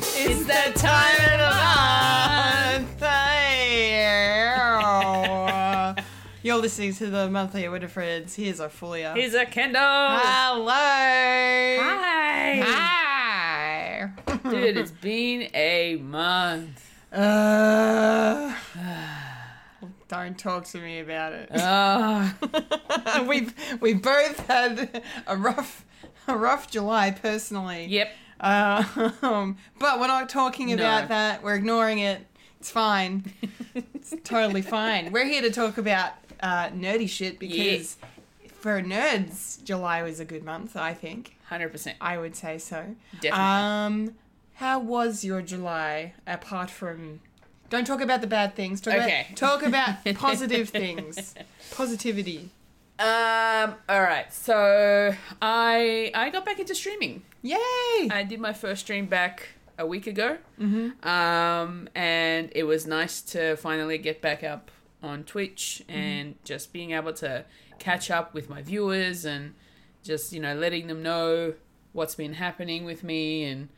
the time of the month. You're listening to the monthly with friends. Here's a folia. He's a Kendo. Hello. Hi. Hi. Hi. Dude, it's been a month. Uh, don't talk to me about it. Oh, we've we both had a rough a rough July personally. yep. Um, but we're not talking about that. We're ignoring it. It's fine. it's totally fine. We're here to talk about uh, nerdy shit because for nerds, July was a good month. I think 100%. I would say so. Definitely. Um, how was your July apart from? Don't talk about the bad things. Talk Okay. About, talk about positive things. Positivity. Um, all right. So, I I got back into streaming. Yay! I did my first stream back a week ago. Mm-hmm. Um, and it was nice to finally get back up on Twitch and just being able to catch up with my viewers and just, you know, letting them know what's been happening with me and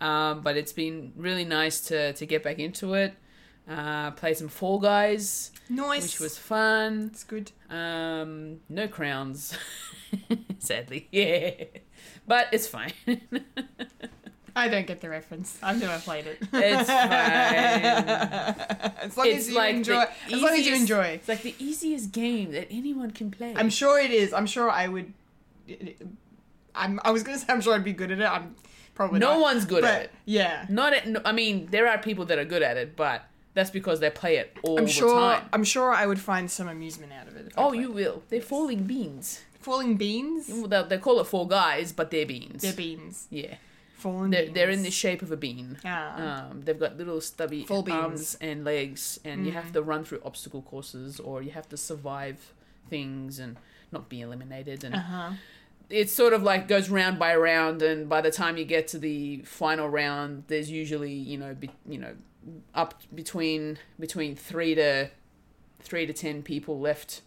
um, but it's been really nice to to get back into it. Uh, play some Fall Guys, Noise. which was fun. it's good. Um, no crowns, sadly. Yeah, but it's fine. I don't get the reference. I've never played it. It's fine. as long It's as you like the enjoy. As long as you easiest- enjoy. It's like the easiest game that anyone can play. I'm sure it is. I'm sure I would. I'm. I was gonna say I'm sure I'd be good at it. I'm probably no not, one's good but at it. Yeah. Not at. No, I mean, there are people that are good at it, but that's because they play it all I'm the sure. time. I'm sure I would find some amusement out of it. if I Oh, played. you will. They're falling beans. falling beans? Well, They, they call it four guys, but they're beans. They're beans. yeah, Falling. they're, beans. they're in the shape of a bean. Ah. Um, they've got little stubby Full beans. Mm-hmm. arms and legs, and you have to run through obstacle courses, or you have to survive things and not be eliminated. And huh. it's sort of like goes round by round, and by the time you get to the final round, there's usually you know be, you know up between between three to three to ten people left.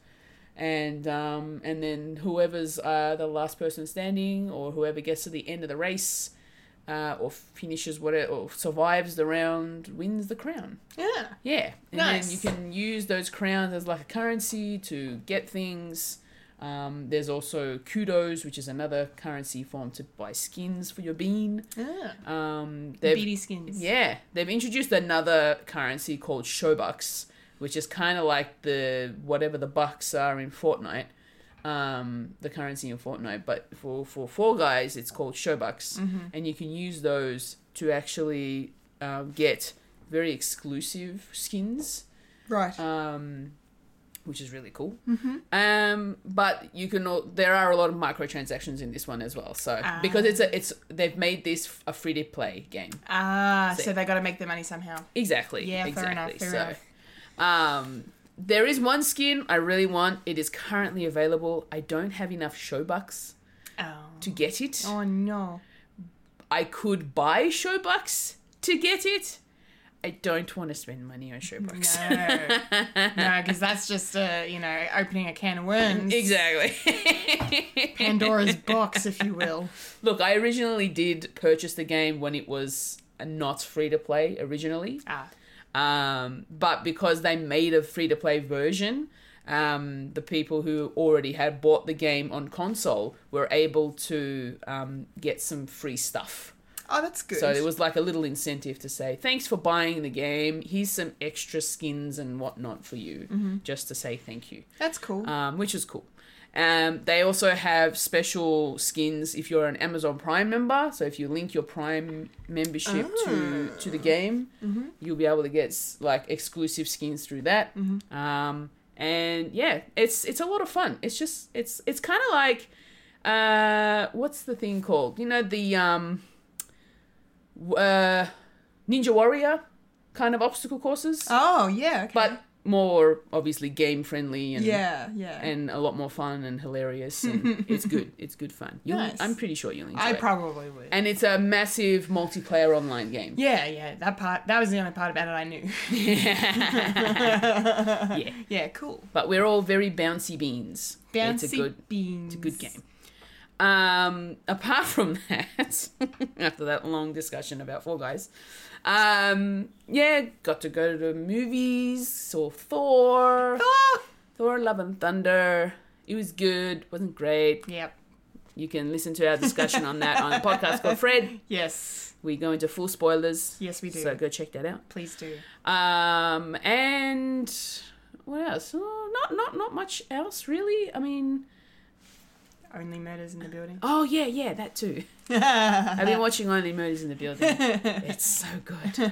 And um, and then whoever's uh, the last person standing, or whoever gets to the end of the race, uh, or finishes what it, or survives the round, wins the crown. Yeah. Yeah, and Nice. then you can use those crowns as like a currency to get things. Um, there's also kudos, which is another currency form to buy skins for your bean. Yeah. Um, they've, Beady skins. yeah, they've introduced another currency called showbucks, which is kind of like the whatever the bucks are in Fortnite, um, the currency in Fortnite. But for for four guys, it's called showbucks, Mm-hmm. and you can use those to actually um, get very exclusive skins Right. um, which is really cool. Mm-hmm. Um, but you can all, there are a lot of microtransactions in this one as well. So Ah. because it's a it's they've made this f- a free to play game. ah. So they got to make their money somehow. Exactly. Yeah, fair Exactly. enough, fair so, um, there is one skin I really want. It is currently available. I don't have enough show bucks Oh. to get it. Oh no. I could buy show bucks to get it. I don't want to spend money on show bucks. No. no, because that's just uh, you know opening a can of worms. Exactly. Pandora's box, if you will. Look, I originally did purchase the game when it was not free to play originally, Ah. um, but because they made a free to play version, um, the people who already had bought the game on console were able to um, get some free stuff. Oh, that's good. So it was like a little incentive to say thanks for buying the game. Here's some extra skins and whatnot for you, just to say thank you that's cool. um, which is cool. Um, they also have special skins if you're an Amazon Prime member. So if you link your Prime membership to to the game, you'll be able to get s- like exclusive skins through that. Um, and yeah, it's it's a lot of fun. It's just it's it's kind of like uh, what's the thing called? You know the um, w- uh, Ninja Warrior kind of obstacle courses, oh yeah. Okay. but more obviously game friendly and yeah, yeah. and a lot more fun and hilarious and it's good it's good fun you'll, Nice. i'm pretty sure you'll enjoy I it probably would. and it's a massive multiplayer online game yeah, yeah. That part. That was the only part about it I knew. yeah yeah. Cool. but we're all very bouncy beans Bouncy it's a good beans. good game Um, apart from that, after that long discussion about Four Guys, um, yeah, got to go to the movies, saw Thor, Ah! Thor Love and Thunder. It was good, wasn't great. Yep. You can listen to our discussion on that on the podcast called Fred. Yes. We go into full spoilers. Yes, we do. So go check that out. Please do. Um, and what else? Oh, not not not much else really. I mean, Only murders in the building. oh yeah, yeah, that too. I've Uh-huh. been watching Only Murders in the Building. it's so good.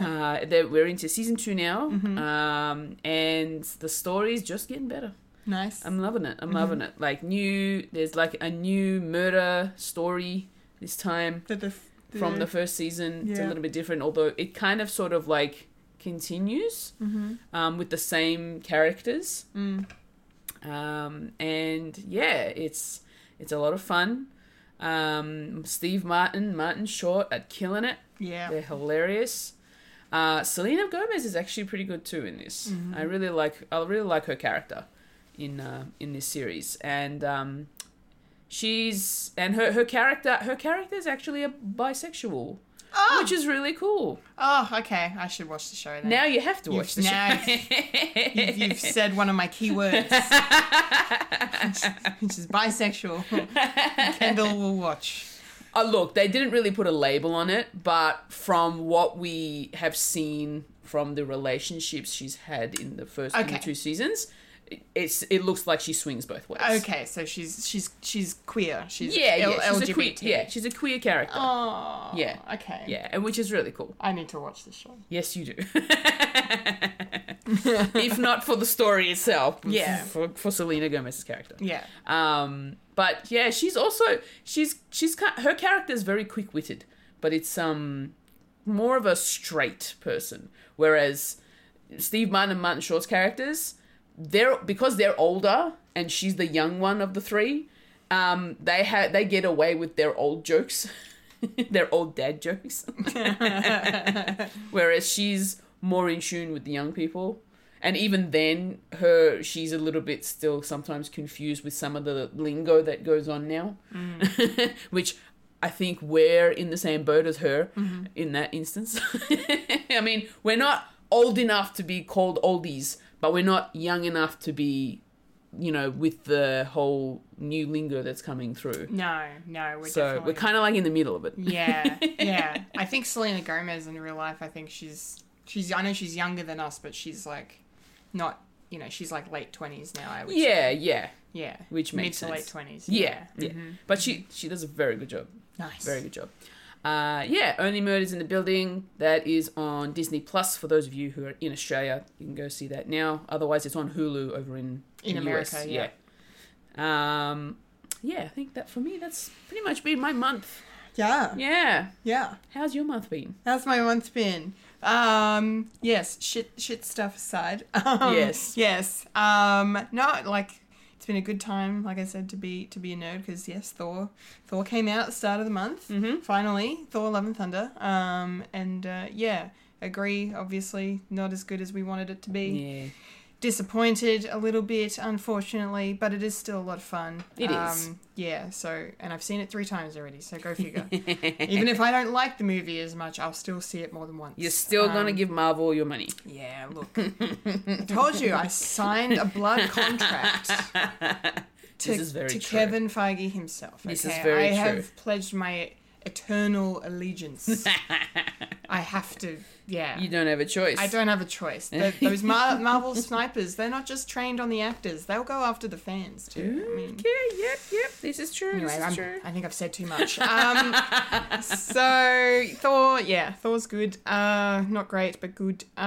Uh, they- we're into season two now, Mm-hmm. um, and the story's just getting better. nice. I'm loving it. I'm loving Mm-hmm. it. Like new, there's like a new murder story this time The- the- the- from the first season. It's a Yeah. little bit different, although it kind of sort of like continues Mhm. um, with the same characters. Mm. Um, and yeah, it's it's a lot of fun. Um, Steve Martin, Martin Short are killing it. Yeah. They're hilarious. Uh, Selena Gomez is actually pretty good too in this. Mm-hmm. I really like I really like her character in uh, in this series, and um, she's and her her character her character is actually a bisexual, Oh, which is really cool. oh, okay. I should watch the show then. Now you have to watch the You've- now show. You've, you've said one of my key words, which is bisexual. Kendall will watch. Uh, look, they didn't really put a label on it, but from what we have seen from the relationships she's had in the first in the Okay. two seasons, it- it's it looks like she swings both ways. Okay, so she's she's she's queer. She's Yeah, L- yeah, she's a queer. LGBT. Yeah, she's a queer character. Oh. Yeah. Okay. Yeah, and which is really cool. I need to watch the show. Yes, you do. if not for the story itself, Yeah. for, for Selena Gomez's character. Yeah. Um, but yeah, she's also she's she's ki- her character is very quick witted, but it's um more of a straight person, whereas Steve Martin and Martin Short's characters, they're because they're older and she's the young one of the three. Um, they ha- they get away with their old jokes, their old dad jokes. Whereas she's more in tune with the young people. And even then, her she's a little bit still sometimes confused with some of the lingo that goes on now, Mm. which I think we're in the same boat as her Mm-hmm. in that instance. I mean, we're not old enough to be called oldies, but we're not young enough to be, you know, with the whole new lingo that's coming through. No, no, we're so definitely. we're kind of like in the middle of it. yeah, yeah. I think Selena Gomez in real life. I think she's she's. I know she's younger than us, but she's like not. You know, she's like late twenties now. I would Yeah, yeah. Yeah. Which Mid makes to late sense. twenties. Yeah, yeah. Mm-hmm. But she she does a very good job. Nice. Very good job. Uh, yeah, Only Murders in the Building. That is on Disney Plus for those of you who are in Australia. You can go see that now. Otherwise, it's on Hulu over in In the America, US. yeah. yeah. Um, yeah, I think that for me, that's pretty much been my month. Yeah. Yeah. Yeah. How's your month been? How's my month been? Um, yes, shit, shit stuff aside. Um, Yes. yes. Um, no, like it's been a good time, like I said, to be to be a nerd because yes, Thor, Thor came out at the start of the month. Mhm. Finally, Thor: Love and Thunder. Um, and uh, yeah, agree. Obviously, not as good as we wanted it to be. Yeah. Disappointed a little bit, unfortunately, but it is still a lot of fun. It It is. is. Yeah. So, and I've seen it three times already. So go figure. Even if I don't like the movie as much, I'll still see it more than once. Um, You're still going to give Marvel your money. Yeah, look. I told you, I signed a blood contract to, This is very to true. Kevin Feige himself. This is okay? very I true. have pledged my eternal allegiance. I have to, yeah. You don't have a choice. I don't have a choice. Th- those Mar- Marvel snipers, they're not just trained on the actors, they'll go after the fans too. I mean, Yeah, yep, yep. This is true. Anyway, this is I'm, true. I think I've said too much. Um, so Thor, yeah, Thor's good. Uh, not great, but good. Uh,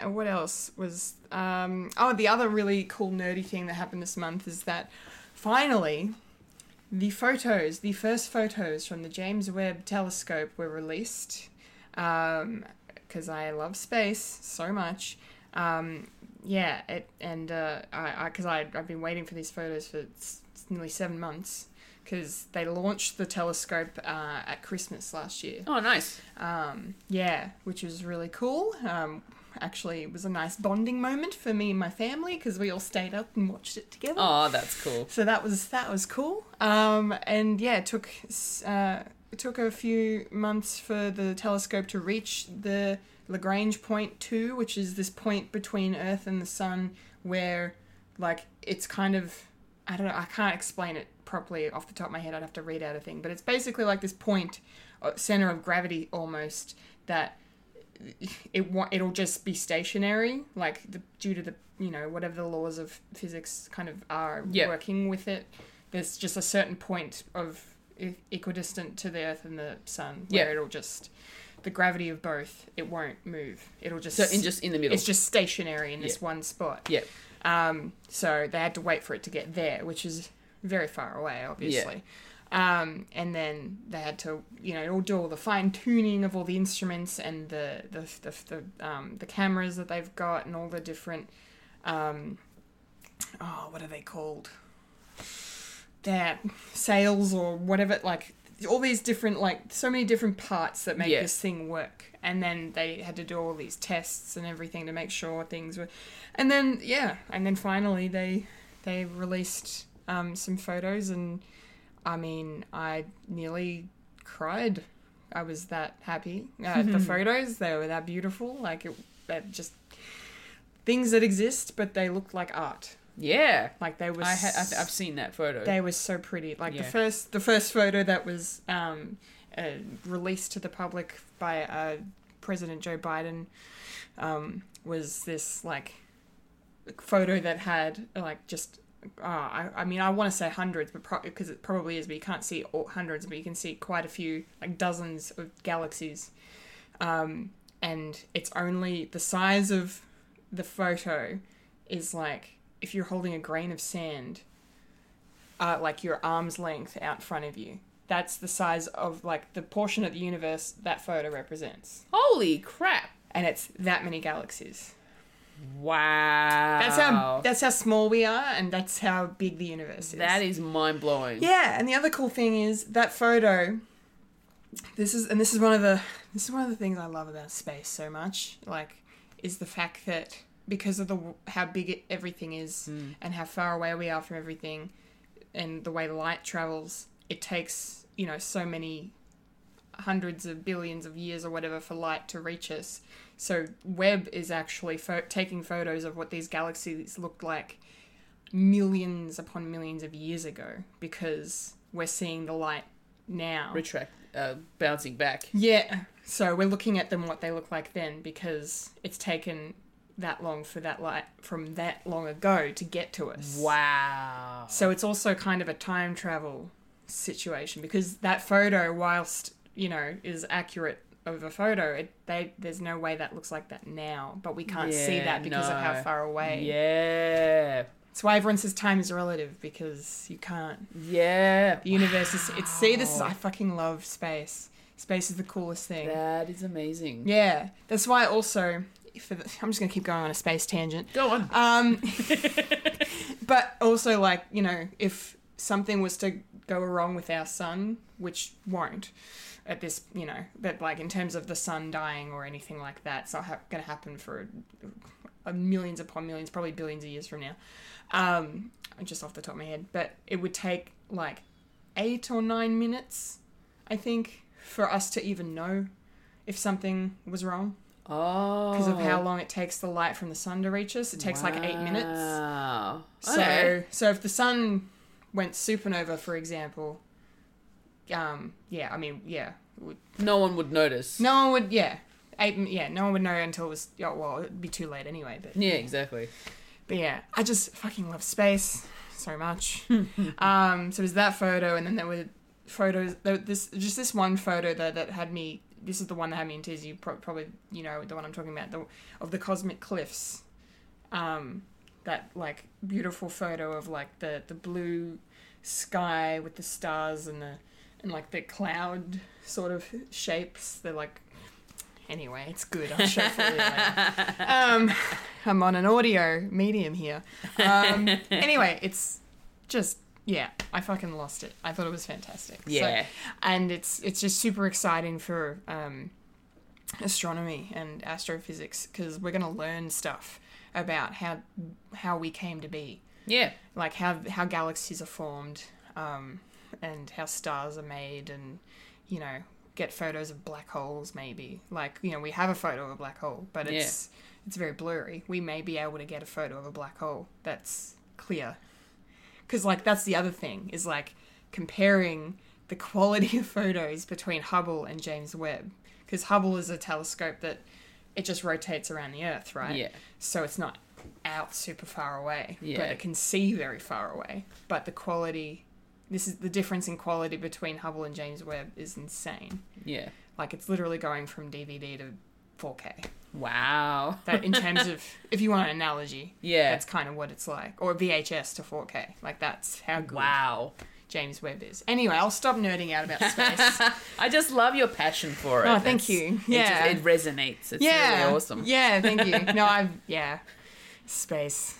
and what else was? Um, oh, the other really cool nerdy thing that happened this month is that finally. The photos, the first photos from the James Webb Telescope were released, because I love space so much. Um, yeah, it, and uh, I because I, I've been waiting for these photos for s- nearly seven months because they launched the telescope uh, at Christmas last year. Oh, nice. Um, yeah, which was really cool. Um, actually, it was a nice bonding moment for me and my family because we all stayed up and watched it together. Oh, that's cool. So that was that was cool. Um, and yeah, it took uh, it took a few months for the telescope to reach the Lagrange point two, which is this point between Earth and the Sun where like it's kind of I don't know I can't explain it properly off the top of my head. I'd have to read out a thing, but it's basically like this point uh, center of gravity almost that it wa- it'll just be stationary, like the, due to the you know whatever the laws of physics kind of are Yep. working with it. There's just a certain point of e- equidistant to the Earth and the Sun where Yep. it'll just the gravity of both it won't move. It'll just So in just in the middle. it's just stationary in this one spot. yeah. Um, so they had to wait for it to get there, which is very far away, obviously. Um, and then they had to, you know, all do all the fine tuning of all the instruments and the the the, the, um, the cameras that they've got and all the different, um, oh, what are they called? That sales or whatever, like all these different, like so many different parts that make Yeah. this thing work. And then they had to do all these tests and everything to make sure things were and then yeah, and then finally they they released um, some photos, and I mean, I nearly cried. I was that happy. Uh, the photos they were that beautiful, like it, that just things that exist, but they looked like art. Yeah. Like they were. I ha- s- I've, I've seen that photo. they were so pretty. Like the Yeah. first, the first photo that was um, uh, released to the public by uh, President Joe Biden um, was this like photo that had like just. Uh, I, I mean, I want to say hundreds, but because it probably is, but you can't see all, hundreds, but you can see quite a few, like dozens of galaxies. Um, and it's only the size of the photo is like if you're holding a grain of sand uh, like your arm's length out front of you. That's the size of like the portion of the universe that photo represents, Holy crap! and it's that many galaxies. Wow. That's how that's how small we are, and that's how big the universe is. that is mind blowing. Yeah, and the other cool thing is that photo. This is and this is one of the this is one of the things I love about space so much. Like, is the fact that because of the w- how big it, everything is and how far away we are from everything, and the way light travels, it takes you know so many hundreds of billions of years or whatever for light to reach us. So Webb is actually pho- taking photos of what these galaxies looked like millions upon millions of years ago because we're seeing the light now. Retract, uh, bouncing back. Yeah. So we're looking at them what they look like then because it's taken that long for that light from that long ago to get to us. Wow. So it's also kind of a time travel situation because that photo, whilst you know, is accurate of a photo, it they there's no way that looks like that now, but we can't see Yeah, that because of how no. far away. Yeah. That's why everyone says time is relative because you can't. Yeah. The universe is. It's see, this is. Wow. I fucking love space. Space is the coolest thing. That is amazing. Yeah, that's why. Also, for the, I'm just gonna keep going on a space tangent. Go on. Um, but also, like you know, if something was to go wrong with our sun, which won't, at this, you know, but like in terms of the sun dying or anything like that, it's not ha- going to happen for uh, millions upon millions, probably billions of years from now. Um, just off the top of my head, but it would take like eight or nine minutes, I think, for us to even know if something was wrong Oh. because of how long it takes the light from the sun to reach us. It takes like eight minutes. Wow. So, Okay. so if the sun went supernova, for example, um, yeah, I mean, yeah, it would- no one would notice. no one would, yeah, eight, yeah, no one would know until it was, oh, well, it'd be too late anyway. But Yeah, exactly. but yeah, I just fucking love space so much. um, so there's that photo, and then there were photos. There, this just this one photo though that had me. This is the one that had me in tears. You pro- probably you know the one I'm talking about the, of the cosmic cliffs. Um, that like beautiful photo of like the the blue sky with the stars and the and like the cloud sort of shapes. They're like anyway, it's good. I'll show it for you later um, I'm on an audio medium here. Um, anyway, it's just yeah, I fucking lost it. I thought it was fantastic. So- Yeah. and it's it's just super exciting for um, astronomy and astrophysics because we're going to learn stuff about how how we came to be, Yeah. like how how galaxies are formed, um, and how stars are made, and you know get photos of black holes maybe. Like you know we have a photo of a black hole, but Yeah. it's it's very blurry. We may be able to get a photo of a black hole that's clear, because like that's the other thing is like comparing the quality of photos between Hubble and James Webb, because Hubble is a telescope that it just rotates around the Earth, right? Yeah. so it's not out super far away, Yeah. but it can see very far away. But the quality, this is the difference in quality between Hubble and James Webb is insane. Yeah. Like it's literally going from DVD to 4K. Wow. That in terms of, if you want an analogy, Yeah. that's kind of what it's like, or VHS to 4K. Like that's how good wow. James Webb is. Anyway, I'll stop nerding out about space. I just love your passion for it. Oh, thank That's- you. Yeah. It, just, it resonates. It's yeah, really awesome. Yeah, thank you. No, I've yeah, space.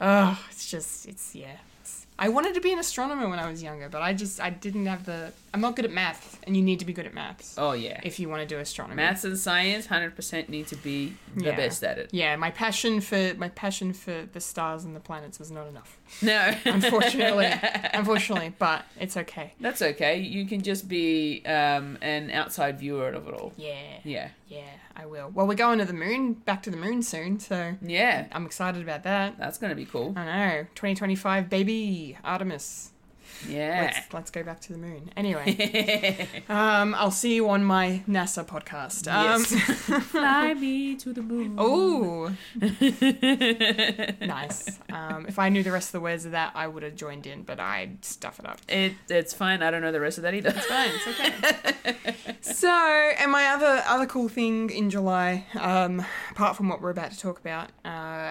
Oh, it's just it's yeah. It's, I wanted to be an astronomer when I was younger, but I just I didn't have the. I'm not good at math, and you need to be good at maths oh, yeah. if you want to do astronomy. Maths and science, 100% need to be the Yeah. best at it. Yeah, my passion for my passion for the stars and the planets was not enough, No. unfortunately. unfortunately, but it's okay. That's okay. You can just be um, an outside viewer of it all. Yeah, Yeah. yeah, I will. Well, we're going to the moon, back to the moon soon, so Yeah. I'm excited about that. That's going to be cool. I know, 2025, baby, Artemis. Yeah. Let's, let's go back to the moon. Anyway, um, I'll see you on my NASA podcast. Um, Fly me to the moon. Ooh, nice. Um, if I knew the rest of the words of that, I would have joined in, but I stuff it up. It, it's fine. I don't know the rest of that either. It's fine. It's okay. so, and my other other cool thing in July, um, apart from what we're about to talk about, uh,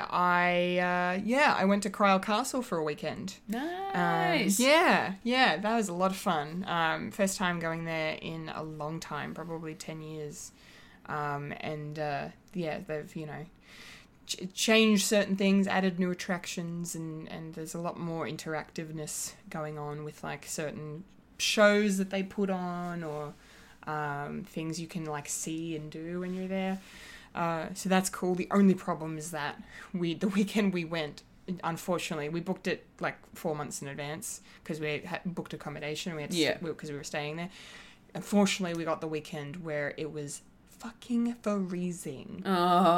I uh, yeah, I went to Cryle Castle for a weekend. Um, Nice. yeah, yeah, that was a lot of fun. Um, first time going there in a long time, probably 10 years. Um, and uh, yeah, they've, you know, ch- changed certain things, added new attractions, and, and there's a lot more interactiveness going on with like certain shows that they put on or um, things you can like see and do when you're there. Uh, so that's cool. The only problem is that we the weekend we went, unfortunately, we booked it like four months in advance because we had booked accommodation. and We had Yeah. because we, 'cause we were staying there. Unfortunately, we got the weekend where it was fucking freezing.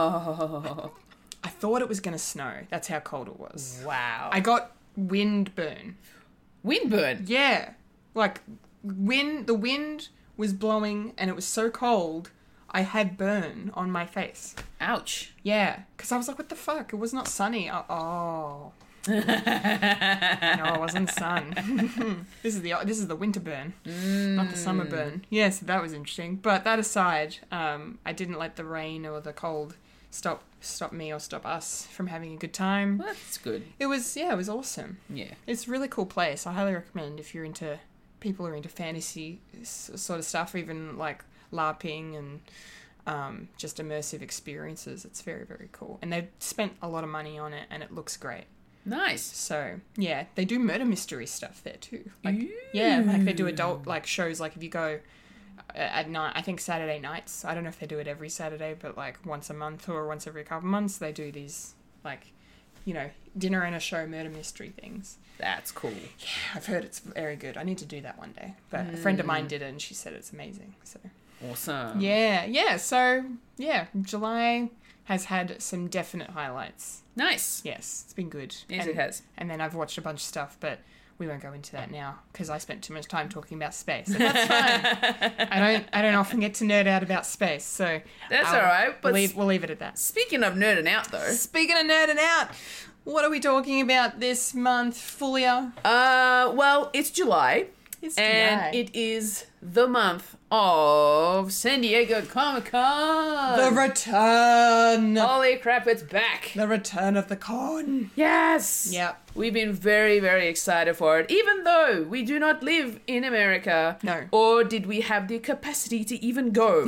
Oh. I thought it was gonna snow. That's how cold it was. Wow. I got windburn. Windburn. Yeah. Like wind the wind was blowing and it was so cold I had burn on my face. Ouch. Yeah, because I was like, what the fuck? It was not sunny. Oh, oh. no, it wasn't sun. this is the this is the winter burn, not the summer burn. Yes, that was interesting. But that aside, um, I didn't let the rain or the cold stop stop me or stop us from having a good time. Well, that's good. It was yeah, it was awesome. Yeah. It's a really cool place. I highly recommend if you're into people who are into fantasy s- sort of stuff, even like LARPing and um, just immersive experiences. It's very very cool, and they've spent a lot of money on it, and it looks great. Nice. So yeah, they do murder mystery stuff there too. Like yeah, like they do adult like shows. Like if you go uh, at night, I think Saturday nights. I don't know if they do it every Saturday, but like once a month or once every couple months, they do these like you know dinner and a show murder mystery things. That's cool. I've heard it's very good. I need to do that one day. But a friend of Mm. mine did it and she said it's amazing. So Awesome. yeah, yeah. So yeah, July has had some definite highlights. Nice. Yes, it's been good. Yes, and, it has. And then I've watched a bunch of stuff, but we won't go into that now because I spent too much time talking about space. And that's fine. I don't. I don't often get to nerd out about space, so That's I'll- all right, but we'll leave, we'll leave it at that. Speaking of nerding out, though, Speaking of nerding out, what are we talking about this month, Fulia? uh, well, it's July, It's and July. it is the month of San Diego Comic the Con. return. Holy crap, it's back! The return of the con. Yes. Yep. We've been very, very excited for it, even though we do not live in America. No. Or did we have the capacity to even go?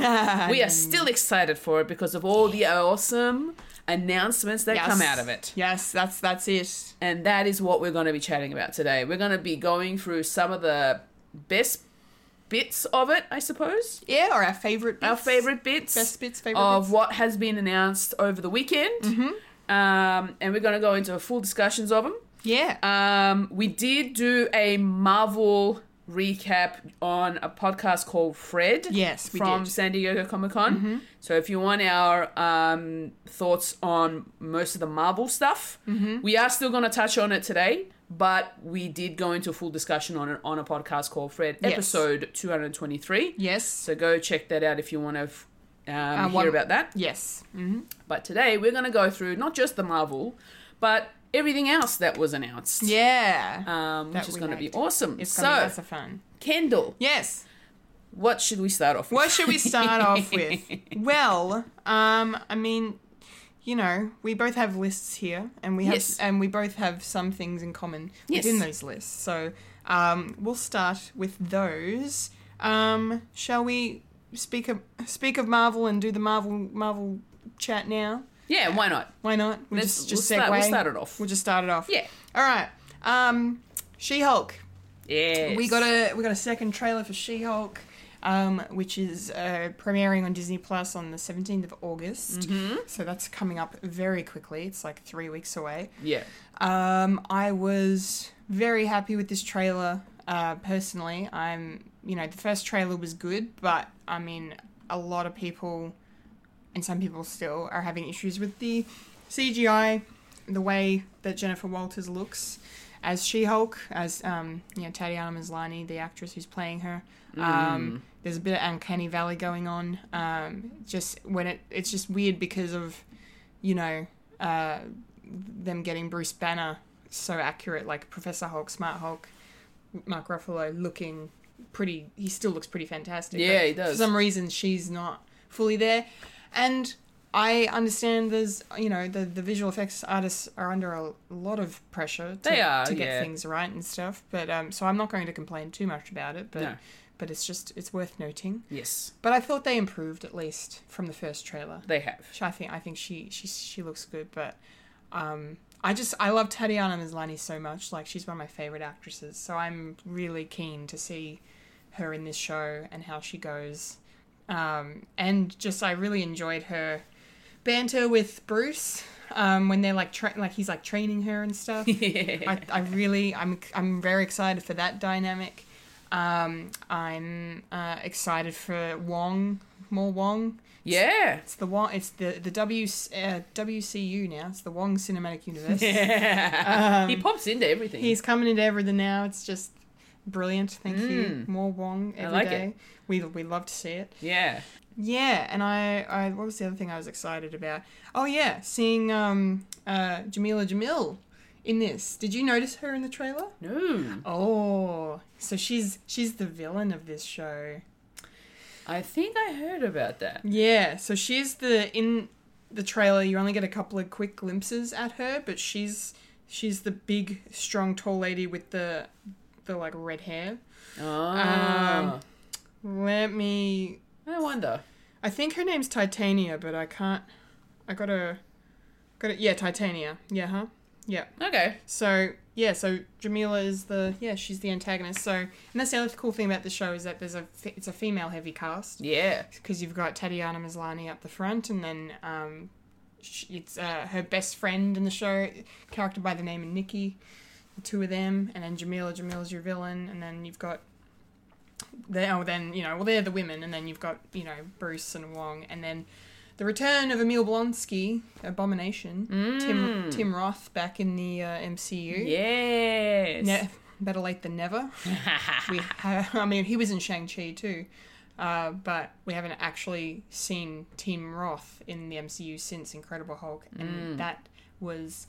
we are still excited for it because of all the awesome announcements that come out of it. Yes, that's that's it. And that is what we're going to be chatting about today. We're going to be going through some of the best bits of it, I suppose. Yeah, or our favorite bits. Our favorite bits, Best bits, favorite of bits. Mm-hmm. what has been announced over the weekend, um, and we're going to go into full discussions of them. Yeah. Uh, Um, we did do a Marvel recap on a podcast called Fred. Yes, we from did. Mm-hmm. San Diego Comic Con. So if you want our um, thoughts on most of the Marvel stuff, Mm-hmm. we are still going to touch on it today. But we did go into a full discussion on it on a podcast called Fred, Yes. episode 223. yes. So go check that out if you want to f- um, hear Uh, one- about that. Yes. But today we're going to go through not just the Marvel, but everything else that was announced Yeah. um, That which is we going to be liked. awesome. it's gonna be so, lots of fun. Kendall, Yes. what should we start off with? What should we start off with? Well, um, I mean, you know, we both have lists here, and we have, Yes. and we both have some things in common Yes. within those lists. So, um, we'll start with those. Um, shall we speak of speak of Marvel and do the Marvel Marvel chat now? Yeah, why not? Why not? We'll Let's- just, just we'll start- we'll segue. start it off. We'll just start it off. Yeah. All right. Um, she Hulk. Yeah. We got a we got a second trailer for She Hulk, um, which is uh, premiering on Disney Plus on the seventeenth of August. So that's coming up very quickly. It's like three weeks away. Yeah. Um, I was very happy with this trailer. Uh, personally, I'm you know the first trailer was good, but I mean a lot of people and some people still are having issues with the CGI, the way that Jennifer Walters looks as She-Hulk, as um, you know Tatiana Maslany, the actress who's playing her. Um, There's a bit of uncanny valley going on. Um, just when it, it's just weird because of, you know, uh, them getting Bruce Banner so accurate, like Professor Hulk, Smart Hulk, Mark Ruffalo looking pretty. He still looks pretty fantastic. Yeah, but he does. For some reason, she's not fully there, and I understand there's you know the the visual effects artists are under a lot of pressure to, They are, to get yeah. things right and stuff. But um, so I'm not going to complain too much about it. But No. but it's just it's worth noting. Yes, But I thought they improved at least from the first trailer. they have. Sh- I think I think she she she looks good, but um, I just I love Tatiana Maslany so much. Like she's one of my favorite actresses, so I'm really keen to see her in this show and how she goes. Um, and just I really enjoyed her banter with Bruce um, when they're like tra- like he's like training her and stuff. I, I really I'm I'm very excited for that dynamic. Um, I'm uh, excited for Wong, more Wong. yeah. It's the Wong. It's the the W uh, WCU now. It's the Wong Cinematic Universe. he pops into everything. Um, He's coming into everything now. It's just brilliant. Thank you. Mm. More Wong every day. like it. We we love to see it. yeah. Yeah, and I, I what was the other thing I was excited about? Oh yeah, seeing um uh Jamila Jamil in this. Did you notice her in the trailer? No. Oh, so she's she's the villain of this show. I think I heard about that. Yeah, so she's the in the trailer you only get a couple of quick glimpses at her, but she's she's the big, strong, tall lady with the the like red hair. Oh. Um, Let me I wonder. I think her name's Titania, but I can't I gotta gotta yeah, Titania. Yeah, huh? Yeah. Okay. So yeah, so Jamila is the yeah, she's the antagonist. So and that's the other cool thing about the show is that there's a fe- it's a female heavy cast. Yeah. because you've got Tatiana Maslany up the front, and then um, sh it's uh, her best friend in the show, character by the name of Nikki. The two of them, and then Jamila. Jamila's your villain, and then you've got. They, oh, then you know, well, they're the women, and then you've got you know Bruce and Wong, and then the return of Emil Blonsky, Abomination, Tim Tim Roth back in the uh, MCU. Yes. Ne- better late than never. we ha- I mean, he was in Shang Chi too, uh, but we haven't actually seen Tim Roth in the MCU since Incredible Hulk, and Mm. that was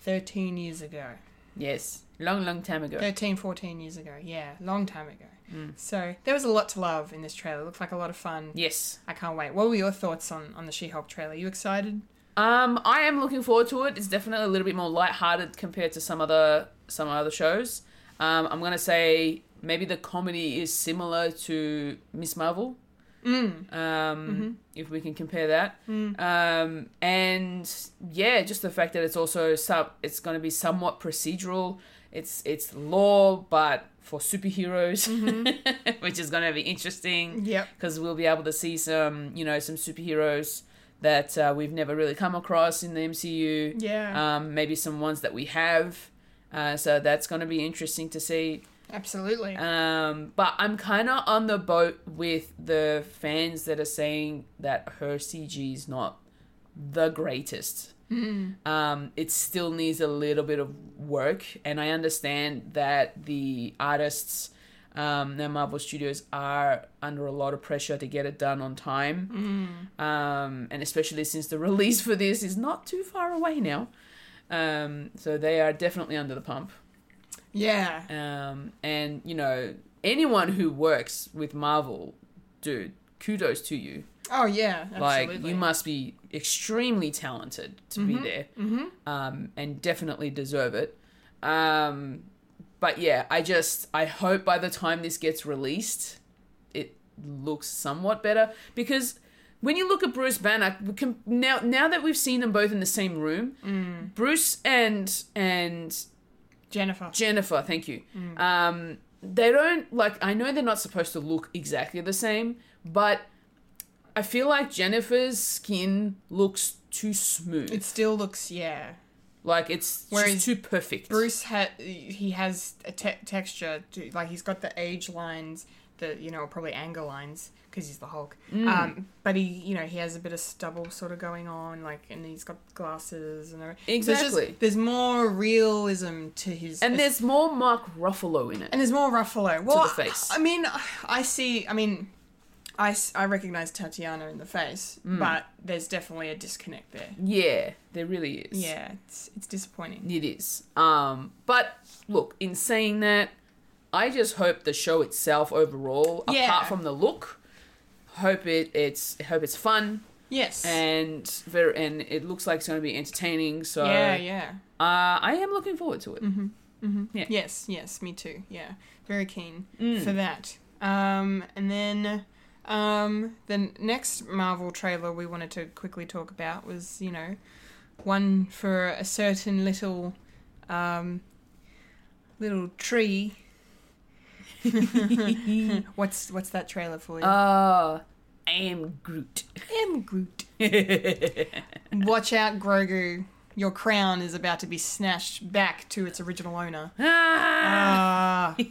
13 years ago. yes. Long, long time ago. 13, 14 years ago. Yeah, long time ago. Mm. So there was a lot to love in this trailer. It looked like a lot of fun. Yes. I can't wait. What were your thoughts on, on the She-Hulk trailer? You excited? Um, I am looking forward to it. It's definitely a little bit more lighthearted compared to some other some other shows. Um, I'm gonna say maybe the comedy is similar to Miss Marvel. Um, if we can compare that. Um, and yeah, just the fact that it's also sub, it's gonna be somewhat procedural. It's it's law, but for superheroes, which is going to be interesting. Yep. Because we'll be able to see some, you know, some superheroes that uh, we've never really come across in the MCU. Yeah. Um, maybe some ones that we have. Uh, so that's going to be interesting to see. Absolutely. Um, but I'm kind of on the boat with the fans that are saying that her CG is not the greatest. Um, it still needs a little bit of work, and I understand that the artists um, at Marvel Studios are under a lot of pressure to get it done on time, um, and especially since the release for this is not too far away now. Um, so they are definitely under the pump yeah. um, and you know anyone who works with Marvel, dude, kudos to you. Oh yeah. Absolutely. Like you must be extremely talented to be there, um, and definitely deserve it. Um, but yeah, I just I hope by the time this gets released, it looks somewhat better because. When you look at Bruce Banner, we can, now now that we've seen them both in the same room, Bruce and and Jennifer. Jennifer, thank you. Mm. Um, they don't like. I know they're not supposed to look exactly the same, but I feel like Jennifer's skin looks too smooth. it still looks yeah. like it's Whereas just too perfect. Bruce had he has a te- texture to, like he's got the age lines the you know probably anger lines because he's the Hulk. Mm. Um, but he you know he has a bit of stubble sort of going on like and he's got glasses and everything. So it's just- Exactly. there's more realism to his and there's more Mark Ruffalo in it. and there's more Ruffalo. Well, face. I mean, I see. I mean, I, s- I recognize Tatiana in the face, Mm. but there's definitely a disconnect there. yeah, there really is. Yeah, it's it's disappointing. It is. Um, but look, in saying that, I just hope the show itself overall, Yeah. apart from the look, hope it it's hope it's fun. Yes. and very and it looks like it's going to be entertaining. So yeah, yeah. Uh, I am looking forward to it. Yeah. Yes, yes, me too. Yeah, very keen for that. Um, and then um, the next Marvel trailer we wanted to quickly talk about was, you know, one for a certain little um, little tree. Mm-hmm. what's what's that trailer for you? Uh, I am Groot. am Groot. Watch out, Grogu. Your crown is about to be snatched back to its original owner. Ah! Ah.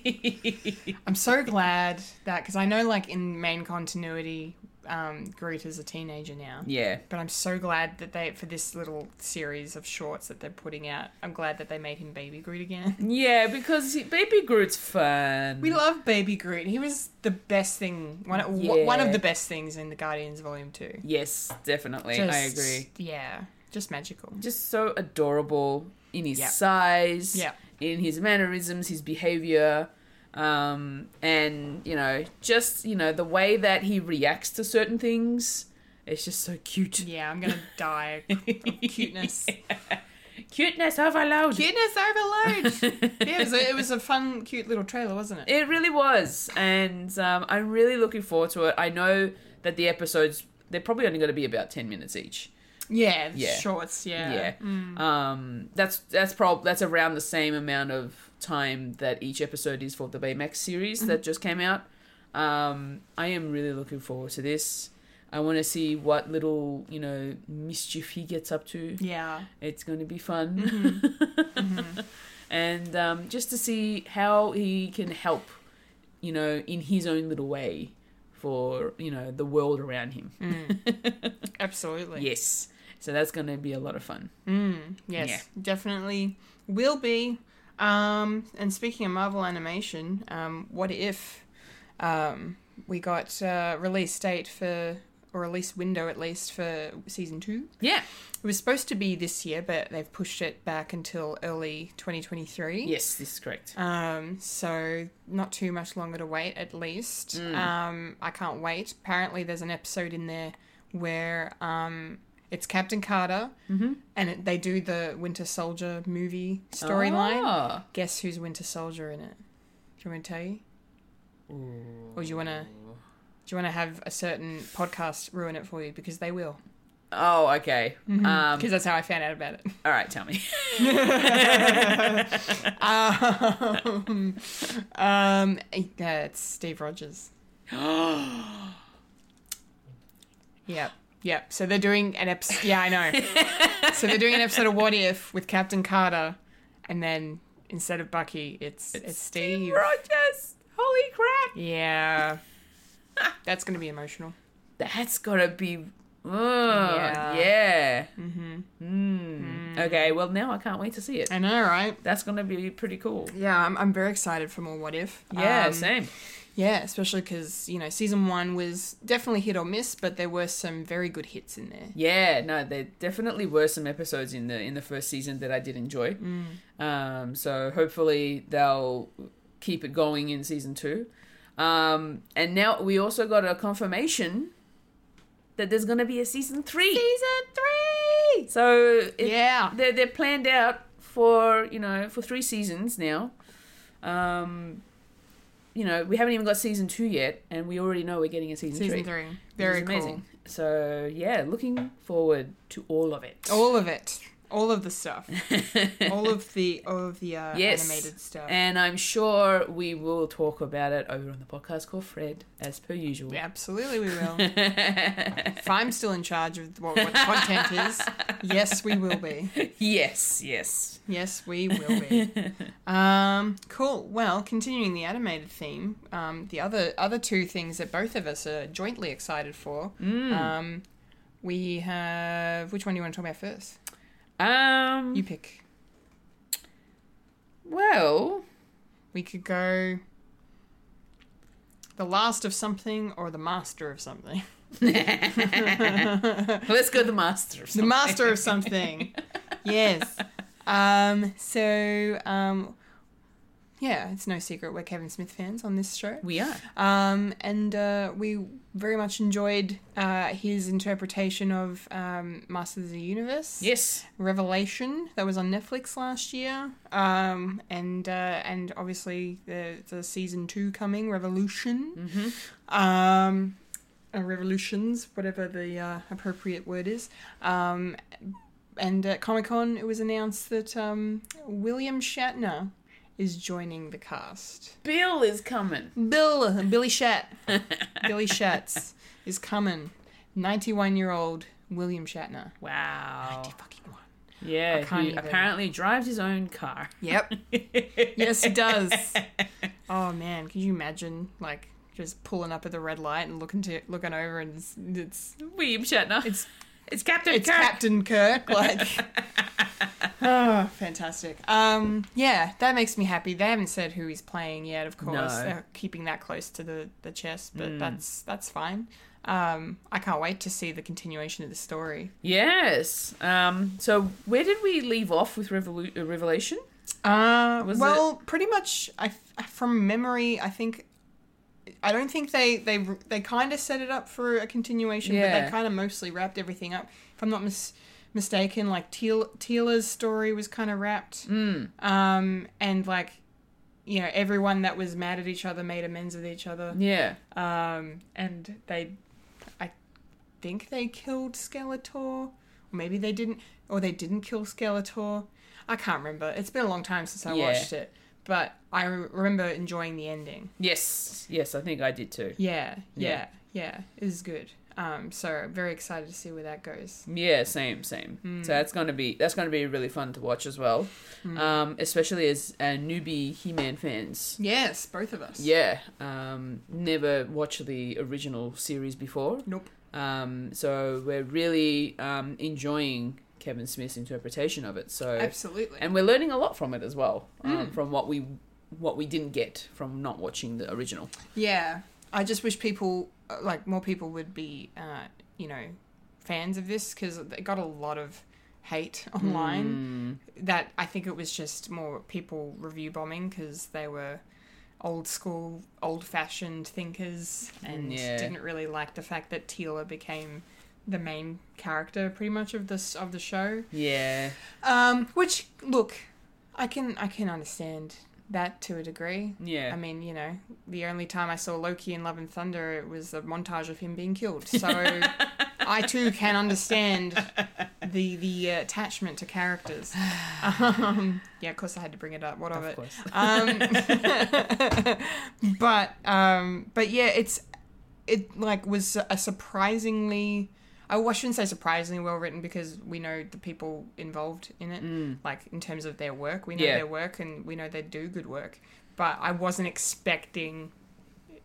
I'm so glad that because I know, like in main continuity, um, Groot is a teenager now. yeah, But I'm so glad that they for this little series of shorts that they're putting out. I'm glad that they made him Baby Groot again. yeah, because he- Baby Groot's fun. We love Baby Groot. He was the best thing. One w one Yeah. of the best things in the Guardians Volume Two. yes, definitely, I agree. Yeah, just magical. Just so adorable in his Yep. size, Yep. in his mannerisms, his behavior. Um, and you know, just you know, the way that he reacts to certain things, it's just so cute. Yeah, I'm gonna die of cuteness. Cuteness overload. Cuteness overload. yeah, it was, a, it was a fun, cute little trailer, wasn't it? It really was, and um, I'm really looking forward to it. I know that the episodes they're probably only going to be about ten minutes each. Yeah, Yeah. shorts. Yeah, Mm, Yeah, um, that's that's prob that's around the same amount of time that each episode is for the Baymax series that just came out. Um, I am really looking forward to this. I want to see what little you know mischief he gets up to. yeah. It's going to be fun. And um, just to see how he can help, you know, in his own little way for, you know, the world around him. Absolutely. Yes. So that's going to be a lot of fun. Mm, Yes, definitely will be. Um, and speaking of Marvel animation, um, what if um, we got uh, release date for or release window at least for season two? Yeah. It was supposed to be this year, but they've pushed it back until early 2023. Yes, this is correct. Um, so not too much longer to wait, at least. Um, I can't wait. Apparently, there's an episode in there where um, it's Captain Carter, and it, they do the Winter Soldier movie storyline. Ah. Guess who's Winter Soldier in it? Do you want me to tell you, or do you want to? Do you want to have a certain podcast ruin it for you because they will? Oh, okay. Mm-hmm. Um, because that's how I found out about it. all right, tell me. um, um, yeah, it's Steve Rogers. Yep. Yep. So they're doing an episode. Yeah, I know. so they're doing an episode of What If with Captain Carter, and then instead of Bucky, it's it's, Steve. Rogers. Holy crap. Yeah. That's gonna be emotional. That's gotta be. Oh, Yeah. Hmm. yeah. Mm-hmm. Okay. Well, now I can't wait to see it. I know, right? That's gonna be pretty cool. Yeah, I'm, I'm very excited for more What If. Yeah. Um, same. Yeah, especially because you know season one was definitely hit or miss, but there were some very good hits in there. Yeah. No, there definitely were some episodes in the in the first season that I did enjoy. Mm. Um. So hopefully they'll keep it going in season two. Um. And now we also got a confirmation that there's gonna be a season three. Season three. So it, Yeah. they're, they're planned out for you know for three seasons now um you know we haven't even got season two yet and we already know we're getting a season, Season three, three. which is Very cool. so yeah looking forward to all of it All of it. All of the stuff. all of the all of the uh, Yes. animated stuff. and i'm sure we will talk about it over on the podcast called fred as per usual Absolutely, we will. if I'm still in charge of what, what the content is, yes, we will be. yes yes Yes, we will be. Um, cool. Well, continuing the animated theme, um, the other other two things that both of us are jointly excited for. Mm. Um, we have. Which one do you want to talk about first? um You pick. well We could go. The last of something or the master of something. let's go the master The master of something. yes. Um, so, um, yeah, it's no secret we're Kevin Smith fans on this show. we are Um, and uh, we very much enjoyed uh, his interpretation of um, Masters of the Universe. yes Revelation that was on Netflix last year, um, and uh, and obviously the the season two coming Revolution, um, uh, Revolutions, whatever the uh, appropriate word is. Um, and at Comic Con, it was announced that um, William Shatner is joining the cast. bill is coming Bill Billy Shat, Billy Shatz is coming. Ninety one year old William Shatner. wow Fucking one. Yeah, can't he even. apparently drives his own car. Yep. yes, it does. Oh man, could you imagine like just pulling up at the red light and looking to looking over and it's it's, William Shatner. It's it's it's, Captain it's Kirk. Captain Kirk like. oh, fantastic. Um, yeah, that makes me happy. They haven't said who he's playing yet, of course. No. Hmm. They're keeping that close to the the chest, but that's that's fine. Um, I can't wait to see the continuation of the story. yes. Um. So where did we leave off with Revolu- uh, Revelation? Uh, Was well, pretty much. I f- from memory, I think. I don't think they they they kind of set it up for a continuation, but Yeah. they kind of mostly wrapped everything up. If I'm not mis- mistaken, like Teal Teala's story was kind of wrapped, Mm. Hmm. um, and like you know everyone that was mad at each other made amends with each other, Yeah. um, and they, I think they killed Skeletor, or maybe they didn't, or they didn't kill Skeletor. I can't remember. It's been a long time since I Yeah. watched it, but I re- remember enjoying the ending. Yes. Yes. I think I did too. Yeah, yeah, Yeah. yeah. It was good. Um, so very excited to see where that goes. Yeah. Same. Same. So that's gonna be that's gonna be really fun to watch as well. Um. Especially as uh, newbie He-Man fans. Yes, both of us. Yeah. Um. Never watched the original series before. Nope. Um. So we're really um enjoying Kevin Smith's interpretation of it. So Absolutely. and we're learning a lot from it as well um, Hmm. from what we what we didn't get from not watching the original Yeah, I just wish people, uh, like more people, would be, uh, you know, fans of this because it got a lot of hate Hmm. online. That I think it was just more people review bombing because they were old school, old fashioned thinkers and Yeah. didn't really like the fact that Teela became the main character pretty much of this of the show. Hmm. yeah Um, which look, I can I can understand that to a degree. yeah I mean, you know, the only time I saw Loki in Love and Thunder, it was a montage of him being killed. So I I too can understand the the uh, attachment to characters. Um, yeah, of course I had to bring it up. What of, Of it? course. Um, but um, but yeah, it's it like was a surprisingly I well, I shouldn't say surprisingly well written because we know the people involved in it, like in terms of their work. We know Mm. Yeah. their work and we know they do good work. But I wasn't expecting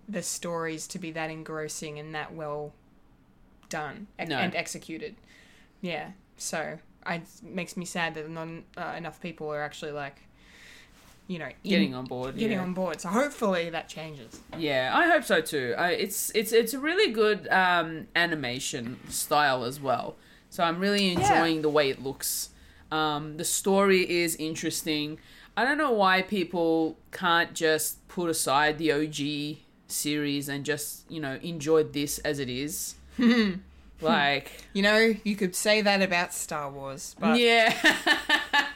the stories to be that engrossing and that well done e- No. and executed. Yeah, so I, it makes me sad that not uh, enough people are actually like, you know, in- Getting on board. getting yeah. on board. So hopefully that changes. Yeah, I hope so too. I, it's it's it's a really good um, animation style as well. So I'm really enjoying the way it looks. Um, the story is interesting. I don't know why people can't just put aside the OG series and just you know enjoy this as it is. like You know, you could say that about Star Wars, but yeah,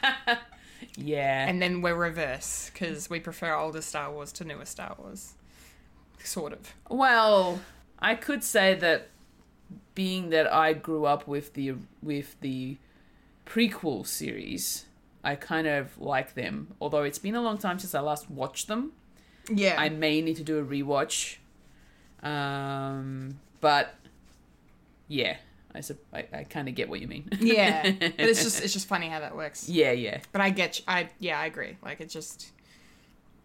yeah. and then we're reverse because we prefer older Star Wars to newer Star Wars, sort of. Well, I could say that being that I grew up with the with the prequel series, I kind of like them. Although it's been a long time since I last watched them. Yeah, I may need to do a rewatch. Um, but yeah, I sup- I, I kind of get what you mean. yeah, but it's just it's just funny how that works. yeah, yeah. But I get, you- I yeah, I agree. Like it's just,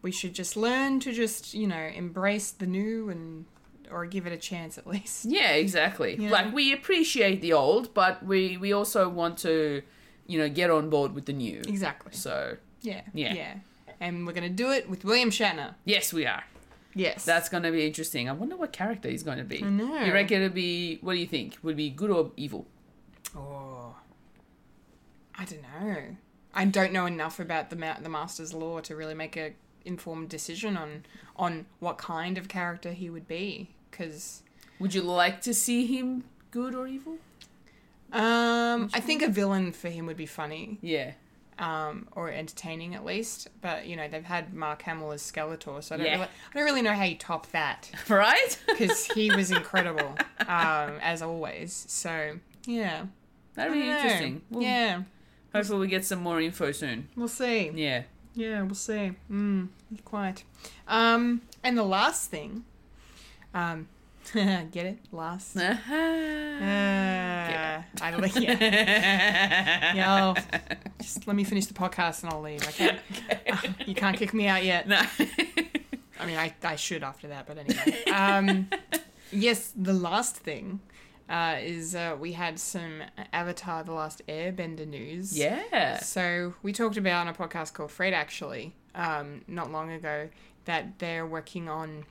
we should just learn to just you know embrace the new and or give it a chance at least. Yeah, exactly. You know? Like we appreciate the old, but we we also want to, you know, get on board with the new. Exactly. So, Yeah. Yeah. Yeah. And we're gonna do it with William Shatner. yes, we are. Yes. That's going to be interesting. I wonder what character he's going to be. I know. You reckon it'd be, what do you think? Would it be good or evil? Oh. I don't know. I don't know enough about the ma- the master's law to really make a informed decision on on what kind of character he would be. Because Would you like to see him good or evil? um, I think a villain for him would be funny. Yeah. um, or entertaining at least. But you know, they've had Mark Hamill as Skeletor, so I don't Yeah. really, I don't really know how you top that Right? because he was incredible um, as always. So yeah, That'd be I don't know. interesting. We'll- yeah, Hopefully we get some more info soon. we'll see. Yeah. Yeah, we'll see. Mm, quite. Um, and the last thing, um, get it? Last. Uh, I don't like yeah. Yeah, I'll, just let me finish the podcast and I'll leave. Okay, you can't kick me out yet. No. I mean, I, I should after that, but anyway. Um, yes, the last thing uh, is uh, we had some Avatar The Last Airbender news. yeah. So we talked about on a podcast called Freight, actually, um, not long ago, that they're working on.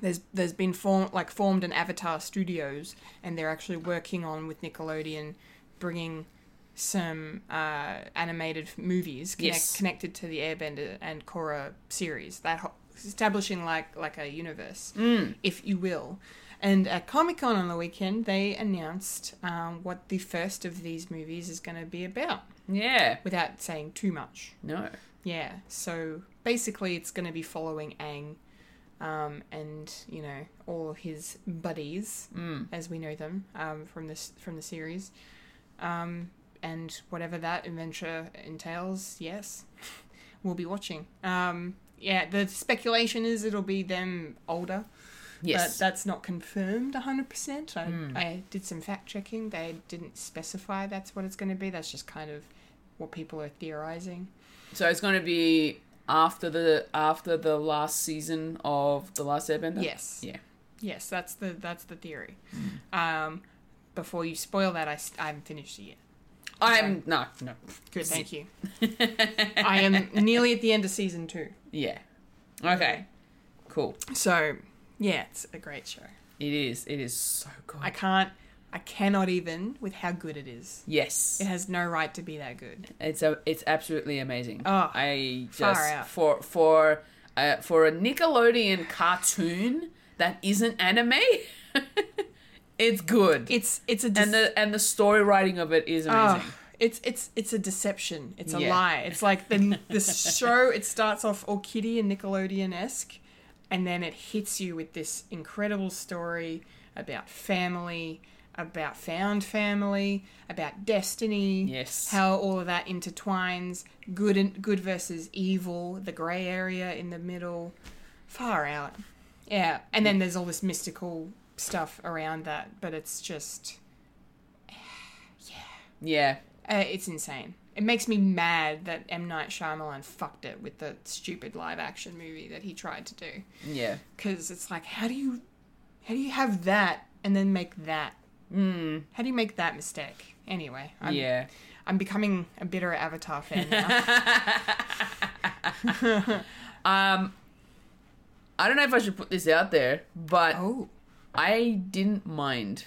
There's there's been form, like formed an Avatar Studios, and they're actually working on with Nickelodeon, bringing some uh, animated f- movies connect, Yes. connected to the Airbender and Korra series. That ho- establishing like like a universe, Mm. if you will. And at Comic Con on the weekend, they announced um, what the first of these movies is going to be about Yeah. without saying too much. No. Yeah. So basically, it's going to be following Aang um, and you know all his buddies Mm. as we know them um, from this from the series, um, and whatever that adventure entails. Yes, we'll be watching. Um, yeah, the speculation is it'll be them older Yes. Hmm. but that's not confirmed 100%. I, I did some fact checking. They didn't specify that's what it's going to be. That's just kind of what people are theorizing. so it's going to be after the after the last season of the last Airbender. Yes. Yeah. Hmm. Yes, that's the that's the theory. Um, before you spoil that, I, st- I haven't finished it yet. I'm no no. Good, thank you. I am nearly at the end of season two. Yeah. Okay. Cool. So, yeah, it's a great show. It is. It is so good. I can't, I cannot even with how good it is. yes. It has no right to be that good. It's a, It's absolutely amazing. Oh, I just far out. for for uh, for a Nickelodeon cartoon that isn't anime. it's good. It's it's a and the and the story writing of it is amazing. Oh, it's it's it's a deception. It's a Yeah. lie. It's like the this show. It starts off all kiddie and Nickelodeon esque, and then it hits you with this incredible story about family, about found family, about destiny, Yes. how all of that intertwines, good and good versus evil, the grey area in the middle, far out. Yeah, and then there's all this mystical stuff around that, but it's just yeah. uh, it's insane. It makes me mad that M Night Shyamalan fucked it with the stupid live action movie that he tried to do. Yeah. because it's like how do you how do you have that and then make that Mm. how do you make that mistake anyway i'm, Yeah. I'm becoming a bitter avatar fan now Um, I don't know if I should put this out there, but oh I didn't mind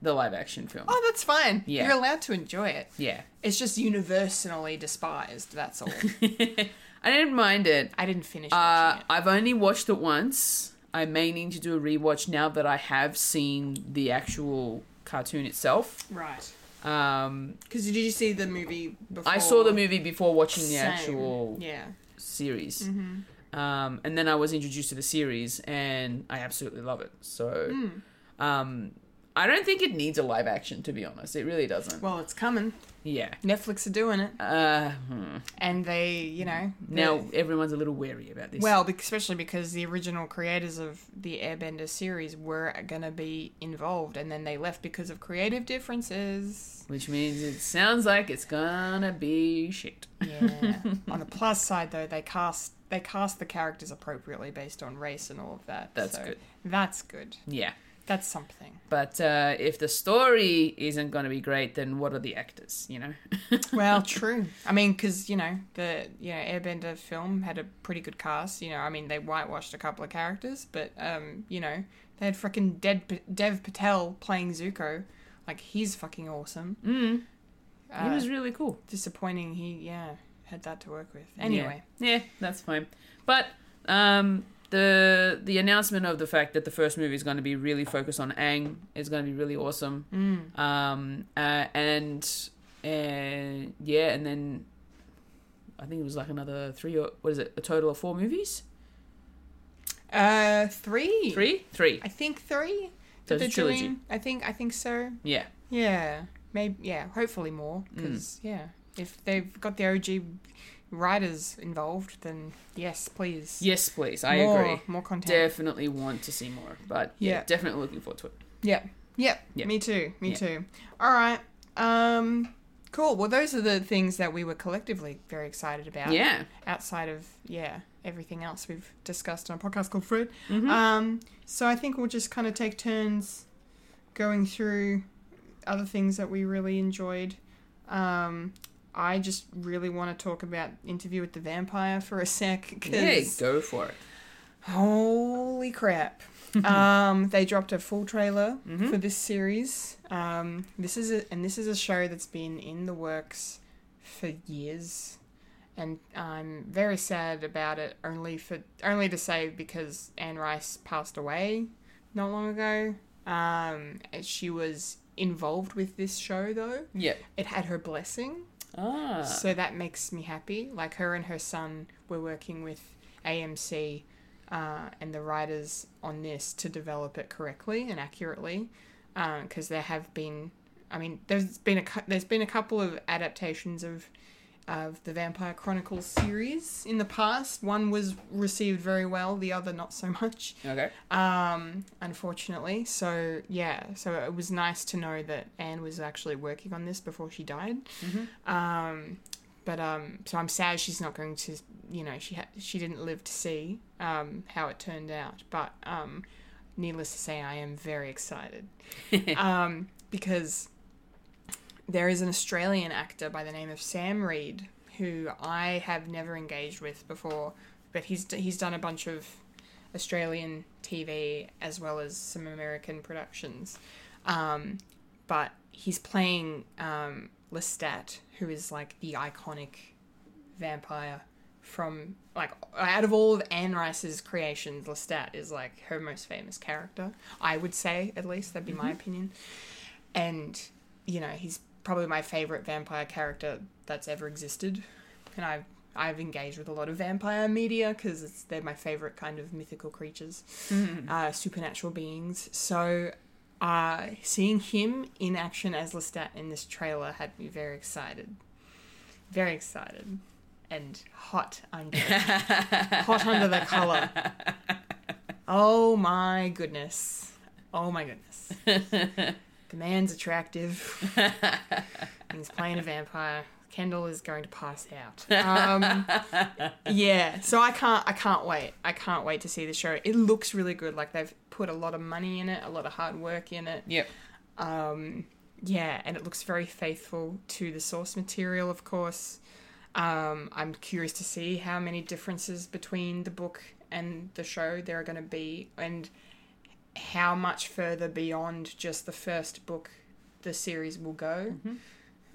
the live action film. oh that's fine Yeah. you're allowed to enjoy it Yeah. it's just universally despised that's all I didn't mind it. i didn't finish Uh, watching it I've only watched it once. I may need to do a rewatch now that I have seen the actual cartoon itself. right Um, because did you see the movie before I saw the movie before watching the Same. actual yeah Mm-hmm. series. Um, and then I was introduced to the series, and I absolutely love it. So, Hmm. um, I don't think it needs a live action, to be honest. It really doesn't. well it's coming yeah. netflix are doing it Uh, hmm. and they you know Now everyone's a little wary about this. Well, bec- especially because the original creators of the Airbender series were going to be involved, and then they left because of creative differences. which means it sounds like it's gonna be shit. Yeah. on the plus side, though, they cast they cast the characters appropriately based on race and all of that. That's good. That's good. Yeah. That's something. But uh, if the story isn't going to be great, then what are the actors? You know. Well, true. I mean, because you know the you know Airbender film had a pretty good cast. You know, I mean they whitewashed a couple of characters, but um, you know they had freaking Dead P- Dev Patel playing Zuko. Like he's fucking awesome. Mm. Uh, it was really cool. disappointing. He yeah had that to work with. Anyway, Yeah, Yeah, that's fine. But um, the the announcement of the fact that the first movie is going to be really focused on Aang is going to be really awesome. Um, uh, and and yeah, and then I think it was like another three or what is it? A total of four movies? uh, three, Three, three. I think three. So that it's a they're trilogy. doing. I think I think so. Yeah, Yeah, maybe. Yeah, hopefully more Mm. because yeah, if they've got the OG writers involved, then yes, please. yes, please. I more, agree. More content. Definitely want to see more, but yeah, Yeah. definitely looking forward to it. Yep. Yep. Yeah. Me too. Me Yeah. too. All right. Um. Cool. Well, those are the things that we were collectively very excited about. Yeah, Outside of yeah everything else we've discussed on a podcast called Fred. Mm-hmm. Um. So I think we'll just kind of take turns going through other things that we really enjoyed. Um. I just really want to talk about Interview with the Vampire for a sec. 'cause- yeah, go for it. Holy crap. um, they dropped a full trailer for this series. Um, this is a, and this is a show that's been in the works for years, and I'm very sad about it. Only for only to say because Anne Rice passed away not long ago. Um, she was involved with this show though. Yeah. It had her blessing. Ah. So that makes me happy. Like her and her son were working with AMC uh, and the writers on this to develop it correctly and accurately, because there have been, I mean, there's been a cou- there's been a couple of adaptations of of the Vampire Chronicles series in the past. One was received very well, the other not so much okay. um, unfortunately. So yeah, so it was nice to know that Anne was actually working on this before she died. Um, but um, so I'm sad she's not going to, you know, she ha- she didn't live to see um, how it turned out. But um, needless to say, I am very excited um, because there is an Australian actor by the name of Sam Reed who I have never engaged with before, but he's d- he's done a bunch of Australian TV as well as some American productions. Um, but he's playing um, Lestat, who is like the iconic vampire from like out of all of Anne Rice's creations, Lestat is like her most famous character. I would say at least that'd be my opinion. And you know he's probably my favorite vampire character that's ever existed, and I've I've engaged with a lot of vampire media because they're my favorite kind of mythical creatures, uh, supernatural beings. So uh, seeing him in action as Lestat in this trailer had me very excited. Very excited. And hot under hot under the collar. Oh my goodness. Oh my goodness. The man's attractive. and he's playing a vampire. Kendall is going to pass out. Um, yeah, so I can't I can't wait. I can't wait to see the show. It looks really good. Like they've put a lot of money in it, a lot of hard work in it. Yep. Um, yeah, and it looks very faithful to the source material, of course. Um, I'm curious to see how many differences between the book and the show there are going to be, and how much further beyond just the first book the series will go.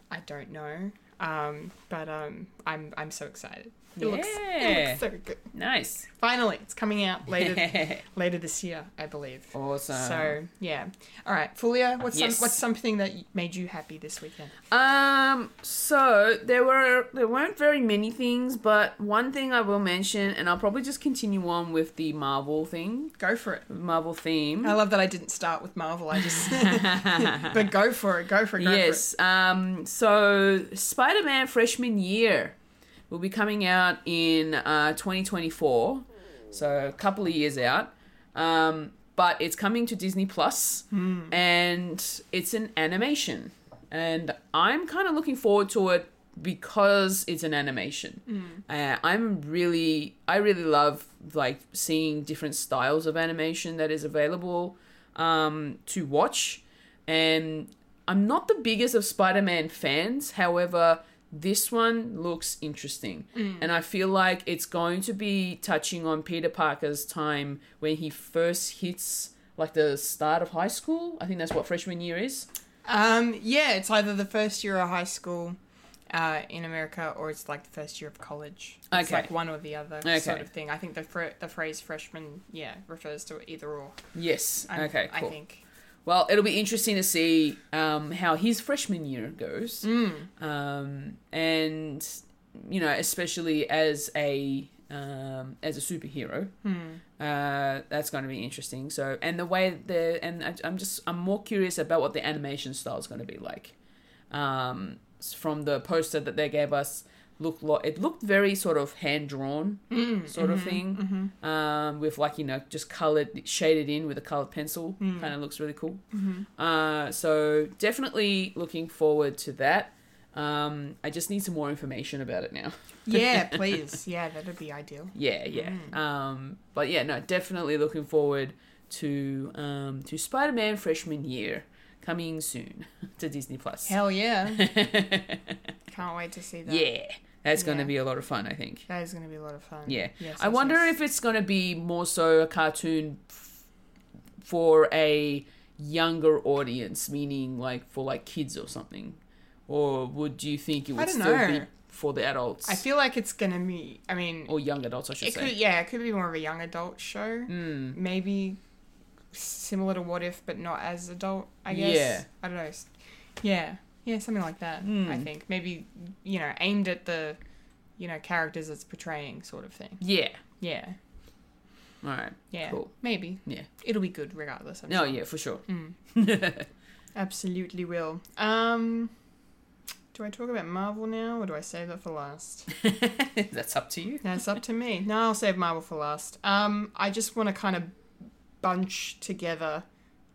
I don't know, um, but um, I'm I'm so excited. It, looks, it Yeah. looks so good. Nice. Finally, it's coming out later later this year, I believe. awesome. So yeah, all right, Fulia. What's Yes. some, what's something that y- made you happy this weekend? Um. So there were there weren't very many things, but one thing I will mention, and I'll probably just continue on with the Marvel thing, Go for it. Marvel theme. I love that I didn't start with Marvel. I just Oh. but go for it. Go for it. Go yes. Um. So Spider Man freshman year will be coming out in uh 2024, so a couple of years out. Um. But it's coming to Disney Plus, and it's an animation, and I'm kind of looking forward to it because it's an animation. Uh, I'm really, I really love like seeing different styles of animation that is available um, to watch. And I'm not the biggest of Spider Man fans. However, this one looks interesting. Mm. And I feel like it's going to be touching on Peter Parker's time when he first hits like the start of high school. I think that's what freshman year is. for it. Um. Yeah. It's either the first year of high school, uh, in America, or it's like the first year of college. It's Okay. like one or the other sort Okay. of thing. I think the fr- the phrase freshman, yeah, refers to either or. Yes. I, okay, I cool. think. Well, it'll be interesting to see um, how his freshman year goes. Um, and, you know, especially as a. Um, as a superhero, uh, that's going to be interesting. So, and the way the and I, I'm just I'm more curious about what the animation style is going to be like. Um, s- from the poster that they gave us, looked lo- it looked very sort of hand drawn Mm, Mm, sort Mm-hmm. of thing, um, with like you know just colored shaded in with a colored pencil. Mm. Kind of looks really cool. Mm-hmm. Uh, so definitely looking forward to that. Um, I just need some more information about it now. Yeah. Please. Yeah. That'd be ideal. Yeah, yeah. Mm. Um, but yeah, no, definitely looking forward to um, to Spider Man freshman year coming soon to Disney Plus. Hell yeah. Can't wait to see that. yeah, that's going Yeah. to be a lot of fun, I think. That is going to be a lot of fun. Yeah, Yes, I yes, wonder yes. if it's going to be more so a cartoon f- for a younger audience, meaning like for like kids or something, or would you think it would don't still be know. for the adults I feel like it's going to be. I mean, or young adults? I should it say. could. hmm. Yeah, it could be more of a young adult show. Mm. Maybe similar to What If, but not as adult. I guess. Yeah. Hmm. I don't know. S- Yeah. Yeah, something like that. I think maybe you know aimed at the you know characters it's portraying, sort of thing. Yeah. Yeah. All right. Yeah. Cool. Maybe. Yeah. It'll be good regardless. I'm No, sure. Mm. yeah, for sure. Absolutely will. Um. Do I talk about Marvel now, or do I save that for last? That's up to you. That's up to me. No, I'll save Marvel for last. Um, I just want to kind of bunch together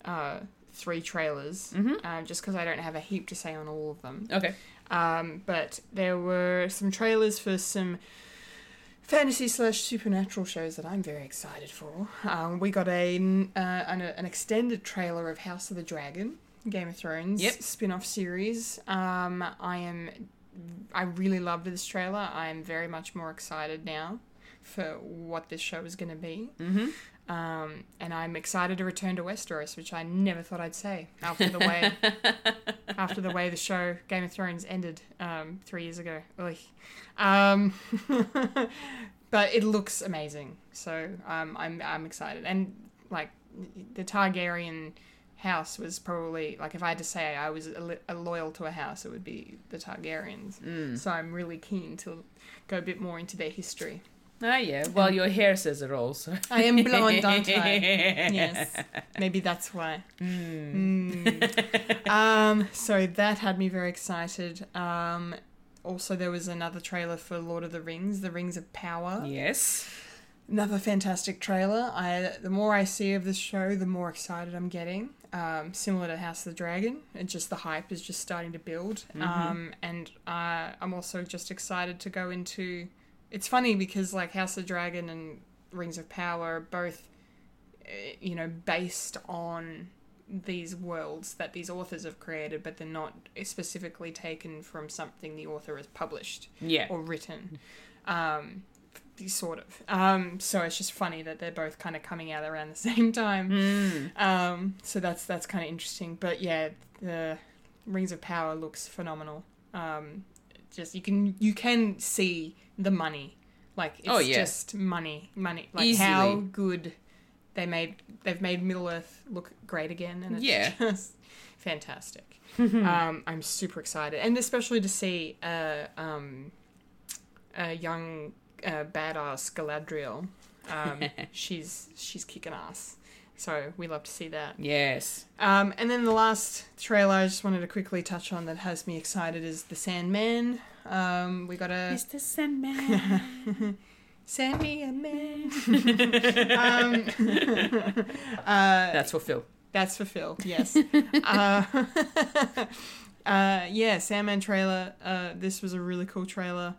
uh, three trailers, um, just because I don't have a heap to say on all of them. Okay. Um, but there were some trailers for some fantasy slash supernatural shows that I'm very excited for. Um, we got a uh, an, an extended trailer of House of the Dragon, Game of Thrones Yep. spin-off series. Um, I am I really loved this trailer. I am very much more excited now for what this show is going to be. Mm-hmm. Um, and I'm excited to return to Westeros, which I never thought I'd say after the way after the way the show Game of Thrones ended um, three years ago. Ugh. Um, but it looks amazing, so um, I'm I'm excited. And like the Targaryen house was probably like if I had to say I was a, li- a loyal to a house, it would Hmm. Mm. be the Targaryens. So I'm really keen to go a bit more into their history. Oh yeah. Mm. Well, your hair says it all. So. I am blonde, aren't I? Yes. Maybe that's why. Mm. um, so that had me very excited. Um, also, there was another trailer for Lord of the Rings, The Rings of Power. Yes. Another fantastic trailer. I the more I see of this show, the more excited I'm getting. Um, similar to House of the Dragon, and just the hype is just starting to build. Um, and uh, I'm also just excited to go into. It's funny because like House of the Dragon and Rings of Power are both, eh, you know, based on these worlds that these authors have created, but they're not specifically taken from something the author has published Yeah. or written. Um, f- sort of. Um, so it's just funny that they're both kind of coming out around the same time. Mm. Um, so that's that's kind of interesting. But yeah, the Rings of Power looks phenomenal. Um, just you can you can see the money. Like it's Oh, yeah. just money, money. Like Easily. how good they made they've made Middle Earth look great again, and it's Yeah. just fantastic. um, I'm super excited, and especially to see uh, um, a young uh, badass Galadriel. Um, she's she's kicking ass, so we love to see that. Yes. Um, and then the last trailer I just wanted to quickly touch on that has me excited is the Sandman. Um, we got a Mr. Sandman. Send me a man. um, uh, That's for Phil. that's for Phil. Yes. uh, uh, yeah, Sandman trailer. Uh, this was a really cool trailer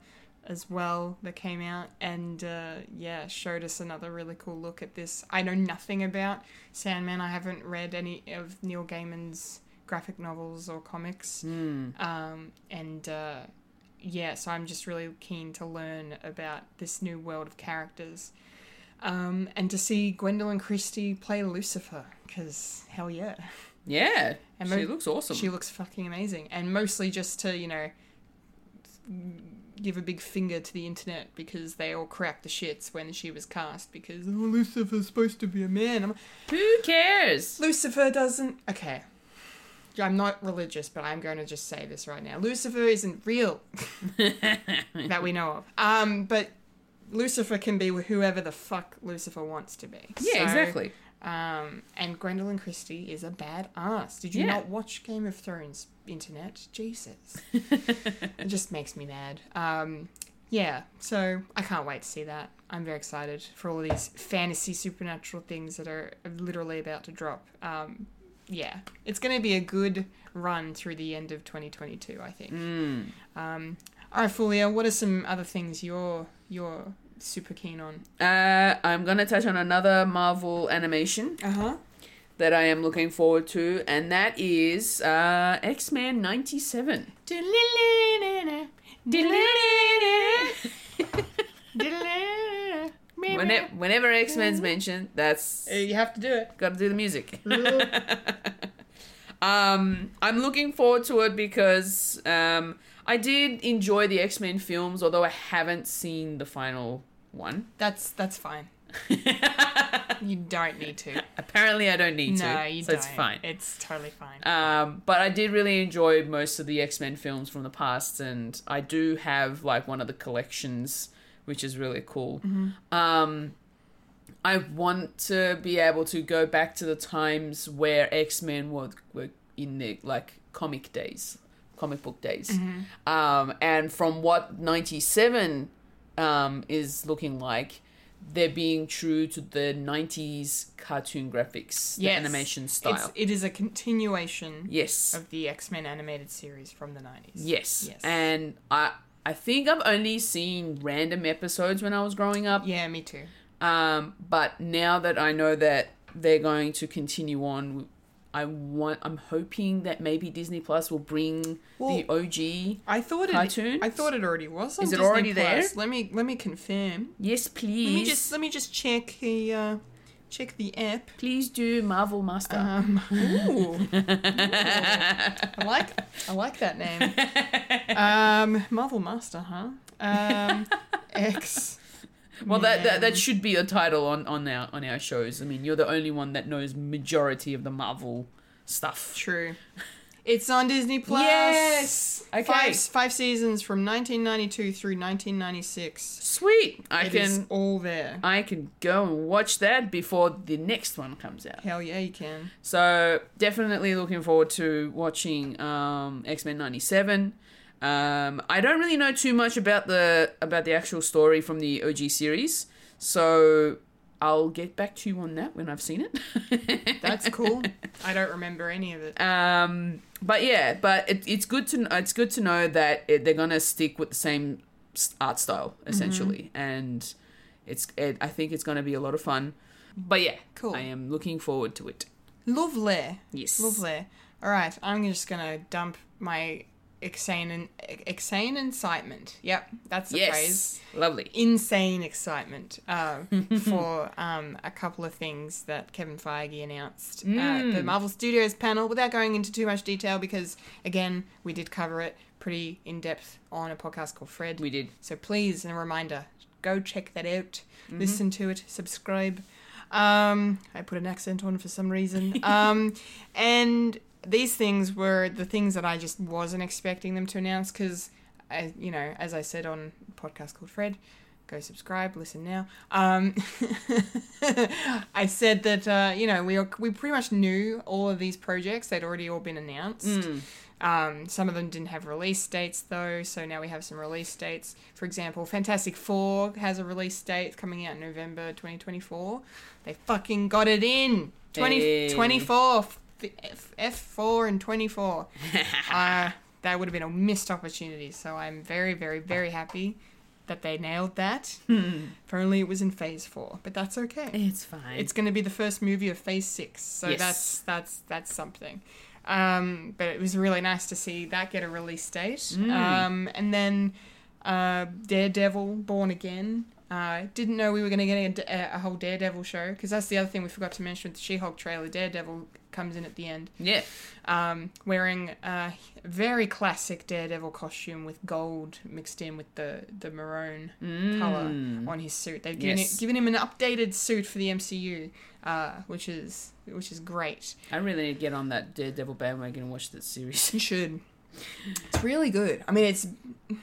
as well that came out and uh, yeah showed us another really cool look at this i know nothing about sandman i haven't read any of neil gaiman's graphic novels or comics um, and uh, yeah so i'm just really keen to learn about this new world of characters um, and to see Gwendolyn Christie play Lucifer, because hell yeah, Yeah. And she mo- looks awesome. she looks fucking amazing, and mostly just to you know give a big finger to the internet because they all cracked the shits when she was cast because oh, Lucifer's supposed to be a man. I'm- Who cares? Lucifer doesn't. Okay, I'm not religious, but I'm going to just say this right now: Lucifer isn't real that we know of. Um, but Lucifer can be whoever the fuck Lucifer wants to be. Yeah, So- exactly. um, and Gwendolyn Christie is a bad ass. Did you Yeah. not watch Game of Thrones, internet? Jesus. it just makes me mad. Um, yeah, so I can't wait to see that. I'm very excited for all these fantasy supernatural things that are literally about to drop. Um, yeah, it's going to be a good run through the end of 2022, I think. Um, all right, Fulia, what are some other things you're you're super keen on? Uh, I'm gonna touch on another Marvel animation Uh huh. that I am looking forward to, and that is uh, X Men '97. Whenever, whenever X Men's mentioned, that's Eh, you have to do it. gotta do the music. Um, I'm looking forward to it because um, I did enjoy the X Men films, although I haven't seen the final one. That's that's fine. You don't need to. Apparently, I don't need No, to, you so don't. it's fine. It's totally fine. Um, but I did really enjoy most of the X Men films from the past, and I do have like one of the collections, which is really cool. Mm-hmm. Um, I want to be able to go back to the times where X Men were, were in the like comic days, comic book days, Mm-hmm. um, and from what ninety seven um, is looking like. They're being true to the '90s cartoon graphics, the Yes. animation It's- style. it is a continuation yes, of the X Men animated series from the nineties. Yes. Yes. And I I think I've only seen random episodes when I was growing up. Yeah, me too. Um, but now that I know that they're going to continue on, I want I'm hoping that maybe Disney Plus will bring Well, the OG. I thought it. Cartoons? I thought it already was. On Is it Disney already there? Plus. Let me let me confirm. Yes, please. Let me just let me just check the uh, check the app. please do Marvel Master. Um, ooh. Ooh. I like I like that name. Um, Marvel Master, huh? Um, X. well, that, that that Man. should be a title on on our on our shows. I mean, you're the only one that knows majority of the Marvel stuff. True. It's on Disney Plus. Yes! Okay. Five, five seasons from 1992 through 1996. Sweet. I It can is all there. I can go and watch that before the next one comes out. Hell yeah, you can. So definitely looking forward to watching um, X Men '97. Um, I don't really know too much about the about the actual story from the OG series, so I'll get back to you on that when I've seen it. That's cool. I don't remember any of it. Um, but yeah, but it, it's good to kn- it's good to know that it, they're gonna stick with the same s- art style Mm-hmm. essentially, and it's it, I think it's gonna be a lot of fun. But yeah, Cool. I am looking forward to it. Lovely. Yes, Lovely. All right, I'm just gonna dump my insane insane incitement. Yep, that's the yes, phrase. lovely. Insane excitement uh, for um, a couple of things that Kevin Feige announced at the Marvel Studios panel without going into too much detail because, again, we did cover it pretty in depth on a podcast called Fred. We did. So please, a reminder, go check that out, listen to it, subscribe. Um, I put an accent on for some reason. Um, and these things were the things that I just wasn't expecting them to announce because, you know, as I said on a podcast called Fred, go subscribe, listen now. Um, I said that, uh, you know, we, we pretty much knew all of these projects. They'd already all been announced. Um, some of them didn't have release dates though, so now we have some release dates. For example, Fantastic Four has a release date coming out in November 2024. They fucking got it in 20, Hey. 24 F, F4 and 24. uh, that would have been a missed opportunity, so I'm very, very, very happy that they nailed that. if only it was in Phase Four, but that's okay. It's fine. It's going to be the first movie of Phase Six, so Yes. that's that's that's something. Um, but it was really nice to see that get a release date. Um, and then uh, Daredevil: Born Again. Uh, didn't know we were going to get a, a whole Daredevil show because that's the other thing we forgot to mention with the She-Hulk trailer. Daredevil comes in at the end, yeah. um, wearing a very classic Daredevil costume with gold mixed in with the the maroon Mm. color on his suit. They've given, Mm-hmm. Yes. it, given him an updated suit for the MCU, uh, which is which is great. I really need to get on that Daredevil bandwagon and watch that series. You should. It's really good. I mean, it's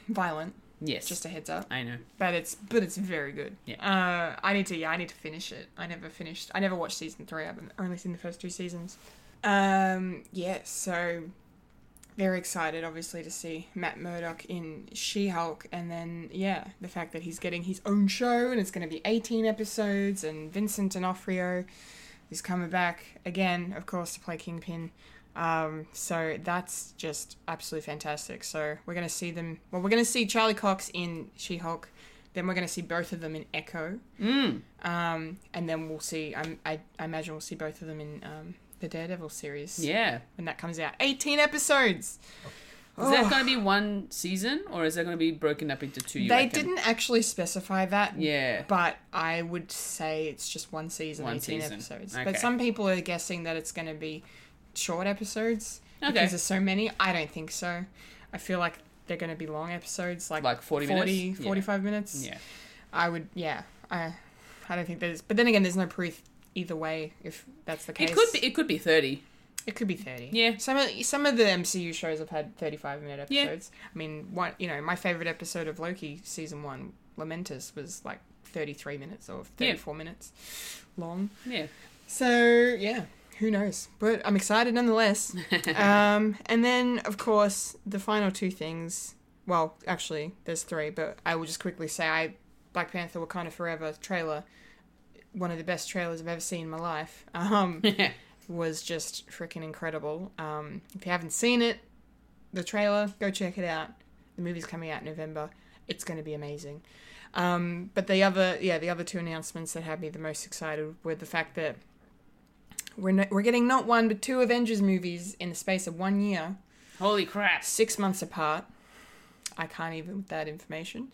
violent. yes, Just a heads up, I know. but it's but it's very good. Yeah. Uh, I need to yeah I need to finish it. I never finished. I never watched season three. I've only seen the first two seasons. Um. Yeah. So very excited, obviously, to see Matt Murdock in She Hulk, and then yeah, the fact that he's getting his own show, and it's going to be eighteen episodes, and Vincent D'Onofrio is coming back again, of course, to play Kingpin. Um, so that's just absolutely fantastic. So we're going to see them. Well, we're going to see Charlie Cox in She Hulk. Then we're going to see both of them in Echo. Mm. Um, and then we'll see. I'm, I, I imagine we'll see both of them in um, the Daredevil series Yeah. when that comes out. 18 episodes. Is Oh. that going to be one season or is that going to be broken up into two? you they reckon? didn't actually specify that, Yeah. but I would say it's just one season, One 18 season. episodes. Okay. But some people are guessing that it's going to be short episodes Okay. because there's so many. I don't think so. I feel like they're going to be long episodes, like, Like 40 minutes? 40 Yeah. 45 minutes. Yeah. I would, yeah. I, I don't think there's. But then again, there's no proof either way if that's the case. It could be. It could be thirty. It could be thirty. Yeah. Some of some of the MCU shows have had thirty-five minute Yeah. episodes. I mean, one you know, my favorite episode of Loki season one, Lamentus, was like thirty-three minutes or Yeah. thirty-four minutes long. Yeah. So yeah, who knows? But I'm excited nonetheless. um, and then of course the final two things. Well, actually, there's three, but I will just quickly say I Black Panther: Wakanda Forever trailer, one of the best trailers I've ever seen in my life. Um was just freaking incredible. Um, if you haven't seen it, the trailer, go check it out. The movie's coming out in November. It's going to be amazing. Um, but the other, yeah, the other two announcements that had me the most excited were the fact that we're no, we're getting not one but two Avengers movies in the space of one year, Holy crap! six months apart. I can't even with that information.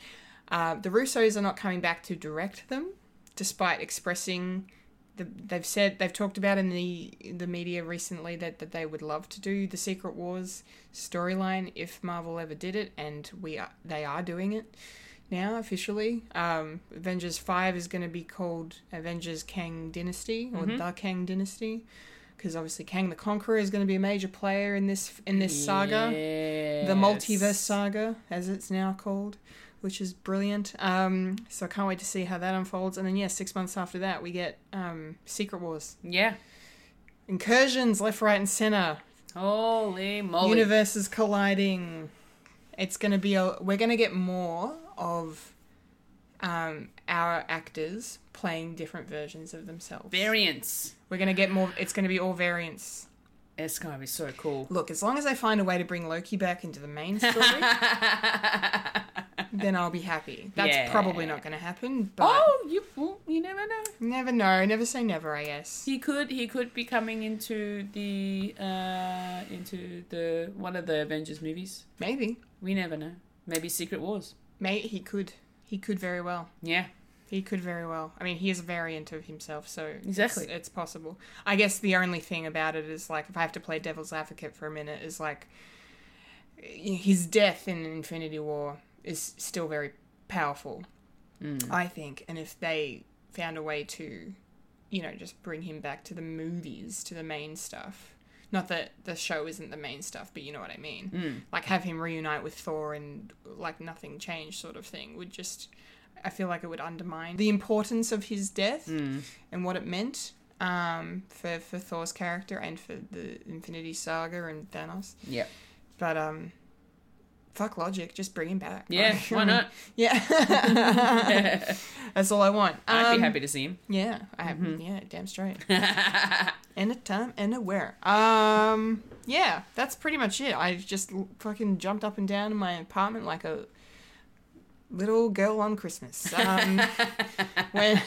Uh, the Russos are not coming back to direct them, despite expressing. The, they've said they've talked about in the the media recently that, that they would love to do the Secret Wars storyline if Marvel ever did it, and we are, they are doing it now officially. Um, Avengers Five is going to be called Avengers Kang Dynasty or the Kang Dynasty. because obviously Kang the Conqueror is going to be a major player in this in this saga, the multiverse saga as it's now called, which is brilliant. Um, so I can't wait to see how that unfolds. And then yeah, six months after that we get um, Secret Wars, Yeah. incursions left, right, and center. Holy moly. Universes colliding. It's going to be a. We're going to get more of um, our actors playing different versions of themselves. Variants. We're going to get more. It's going to be all variants. It's gonna be so cool. Look, as long as I find a way to bring Loki back into the main story, then I'll be happy. That's Yeah. probably not going to happen, but oh, you well, you never know. never know. Never say never, I guess. He could he could be coming into the uh into the one of the Avengers movies. Maybe. We never know. Maybe Secret Wars. Mate, he could. He could very well. Yeah. He could very well. I mean, he is a variant of himself, so it's- Exactly. it's, possible. I guess the only thing about it is like if I have to play devil's advocate for a minute is like his death in Infinity War is still very powerful, Mm. I think. And if they found a way to, you know, just bring him back to the movies, to the main stuff. Not that the show isn't the main stuff, but you know what I mean. Mm. Like have him reunite with Thor and like nothing changed sort of thing would just I feel like it would undermine the importance of his death Mm. Hmm. and what it meant um, for for Thor's character and for the Infinity Saga and Thanos. Yep. But um, fuck logic, just bring him back. Yeah, Like, why um, not? Yeah, that's all I want. I'd Um, be happy to see him. Yeah, Mm-hmm. I have. Yeah, damn straight. Anytime, anywhere. Um, yeah, that's pretty much it. I just l- fucking jumped up and down in my apartment like a little girl on Christmas. Um, when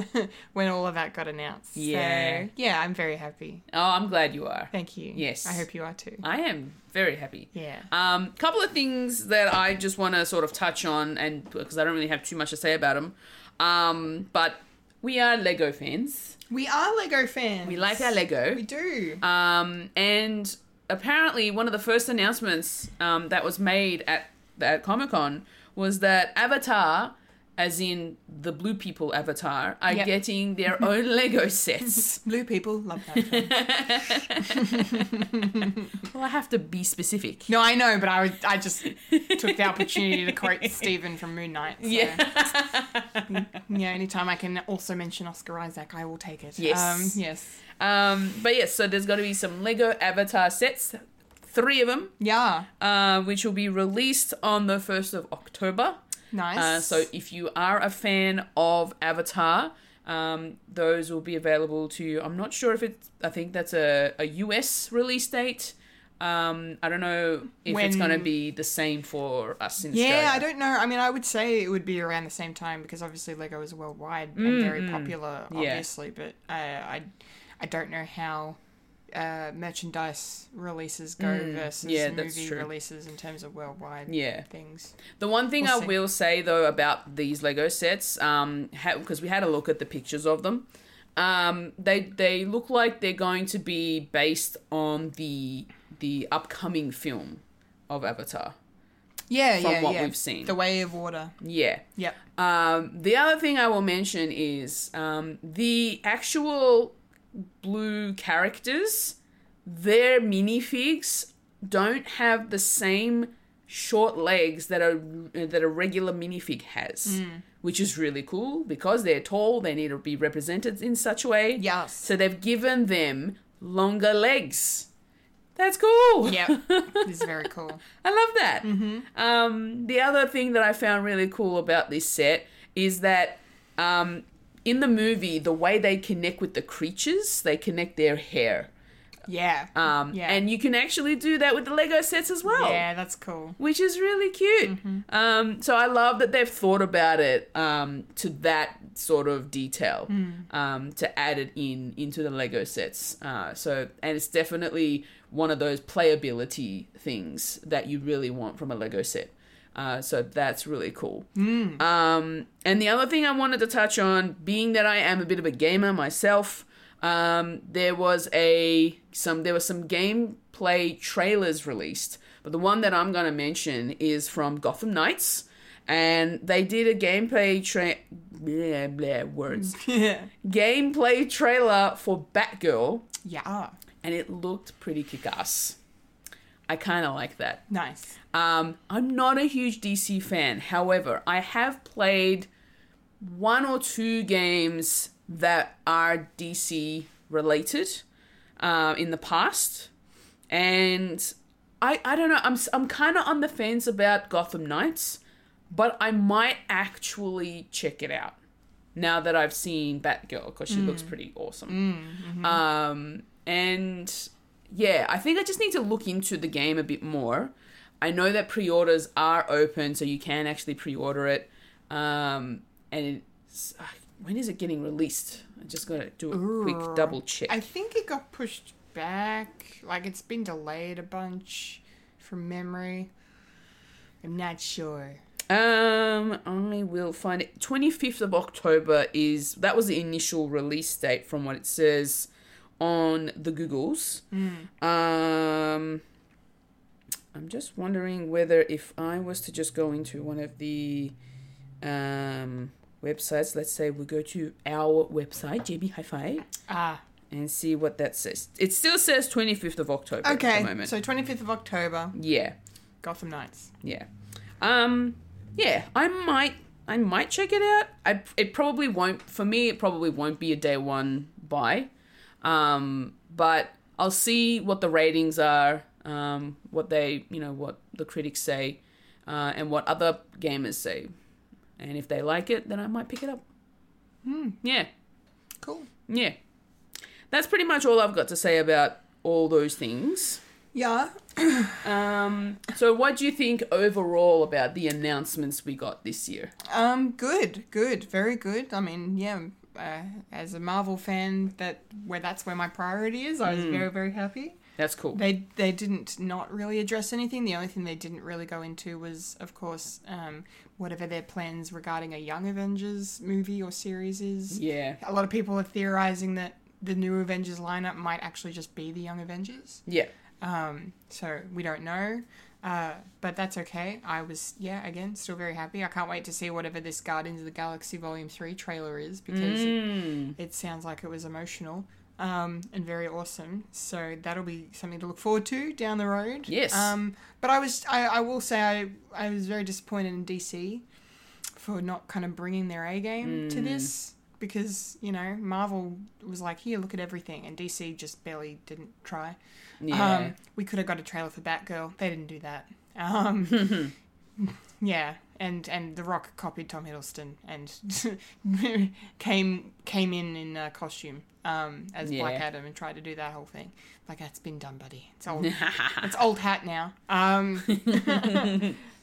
when all of that got announced. Yeah. So, yeah, I'm very happy. Oh, I'm glad you are. Thank you. Yes. I hope you are too. I am very happy. Yeah. Um, couple of things that I just want to sort of touch on, and because I don't really have too much to say about them, um, but we are Lego fans. We are Lego fans. We like our Lego. We do. Um, and apparently, one of the first announcements um, that was made at at Comic Con was that Avatar, as in the blue people Avatar, are Yep. getting their own Lego sets. Blue people love that. film. Well, I have to be specific. no, I know, but I was, I just took the opportunity to quote Stephen from Moon Knight. so- Yeah. Yeah, anytime I can also mention Oscar Isaac, I will take it. Yes. Um, yes. Um, but yes, so there's got to be some Lego Avatar sets, three of them. Yeah. uh, which will be released on the 1st of October. Nice. Uh, so if you are a fan of Avatar, um, those will be available to you. I'm not sure if it's, I think that's a, a US release date. Um, I don't know if it's When- going to be the same for us in Australia. yeah, I don't know. I mean, I would say it would be around the same time because obviously Lego is worldwide and very popular, Mm, Yeah. obviously. But I, I, I don't know how uh, merchandise releases go versus Mm. yeah, movie that's true. releases in terms of worldwide Yeah. things. The one thing We'll I see. will say though about these Lego sets, um, because we had a look at the pictures of them, um, they they look like they're going to be based on the the upcoming film of Avatar. Yeah, From yeah, what yeah. we've seen. The Way of Water. Yeah. Yep. Um, the other thing I will mention is um, the actual blue characters, their minifigs don't have the same short legs that a that a regular minifig has, Hmm. which is really cool because they're tall. They need to be represented in such a way. Yes. So they've given them longer legs. That's cool. Yep. it's very cool. I love that. Mm-hmm. Um, the other thing that I found really cool about this set is that um, in the movie, the way they connect with the creatures, they connect their hair. Yeah. Um, Yeah. Oh. And you can actually do that with the Lego sets as well. yeah, that's cool. Which is really cute. Um, so I love that they've thought about it um, to that sort of detail um, to add it in into the Lego sets. Uh, so and it's definitely one of those playability things that you really want from a Lego set. Uh, so that's really cool. Um, and the other thing I wanted to touch on, being that I am a bit of a gamer myself, um, there was a some there were some gameplay trailers released, but the one that I'm going to mention is from Gotham Knights, and they did a gameplay tra- blah, blah, words Yeah. gameplay trailer for Batgirl Yeah. and it looked pretty kick ass. I kind of like that. Nice. Um, I'm not a huge DC fan. However, I have played one or two games that are DC related uh, in the past, and I I don't know. I'm s- I'm kind of on the fence about Gotham Knights, but I might actually check it out now that I've seen Batgirl because she looks pretty awesome. Um, and yeah, I think I just need to look into the game a bit more. I know that pre-orders are open, so you can actually pre-order it. Um, and it's, ah, when is it getting released? I just gotta do a quick double check. I think it got pushed back. Like it's been delayed a bunch from memory. I'm not sure. Um, I will find it. Twenty fifth of October is that was the initial release date, from what it says on the Googles. Hmm. Um, I'm just wondering whether if I was to just go into one of the um websites, let's say we go to our website, JB Hi-Fi, Ah, and see what that says. It still says twenty fifth of October at the okay. moment. So 25th of October, yeah. Gotham Knights. Yeah. Um yeah, I might I might check it out. I it probably won't for me it probably won't be a day one buy. Um but I'll see what the ratings are, um what they, you know, what the critics say uh and what other gamers say. And if they like it, then I might pick it up. Hmm. Yeah. Cool. Yeah. That's pretty much all I've got to say about all those things. Yeah. Um, so what do you think overall about the announcements we got this year? Um, good, good, very good. I mean, yeah, uh, as a Marvel fan, that where that's where my priority is. I was very, very happy. That's cool. They they didn't not really address anything. The only thing they didn't really go into was, of course, um, whatever their plans regarding a Young Avengers movie or series is. Yeah. A lot of people are theorizing that the new Avengers lineup might actually just be the Young Avengers. Yeah. Um, so we don't know. Uh, but that's okay. I was, yeah, again, still very happy. I can't wait to see whatever this Guardians of the Galaxy Volume 3 trailer is because Mm. it, it sounds like it was emotional um, and very awesome. So that'll be something to look forward to down the road. Yes. Um, but I was, I, I will say, I, I was very disappointed in DC for not kind of bringing their A game Mm. to this because, you know, Marvel was like, here, look at everything. And DC just barely didn't try. Yeah. Um, we could have got a trailer for Batgirl. They didn't do that. Um, yeah, and and The Rock copied Tom Hiddleston and came came in in uh, costume um, as Black Yeah. Adam and tried to do that whole thing. Like that's been done, buddy. It's old. it's old hat now. Um,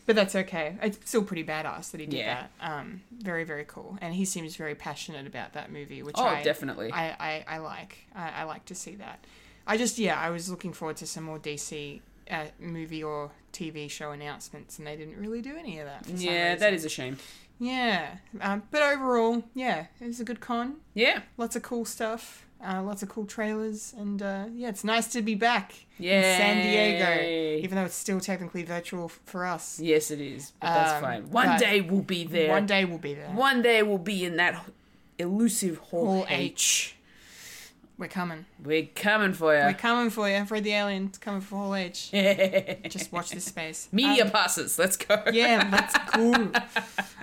but that's okay. It's still pretty badass that he did Yeah. that. Um, very very cool. And he seems very passionate about that movie, which oh, I definitely. I, I, I like. I, I like to see that. I just, yeah, I was looking forward to some more DC uh, movie or TV show announcements, and they didn't really do any of that. for some yeah, reason. that is a shame. Yeah. Um, but overall, yeah, it was a good con. Yeah. Lots of cool stuff, uh, lots of cool trailers, and uh, yeah, it's nice to be back in San Yay. Diego, even though it's still technically virtual f- for us. Yes, it is. But that's Um, fine. One but- day we'll be there. One day we'll be there. One day we'll be in that elusive Hall Hall H. We're coming. We're coming for We're you. coming for you. Fred the Alien's coming for Hall H. Just watch this space. Media Um, passes. Let's go. yeah, that's cool.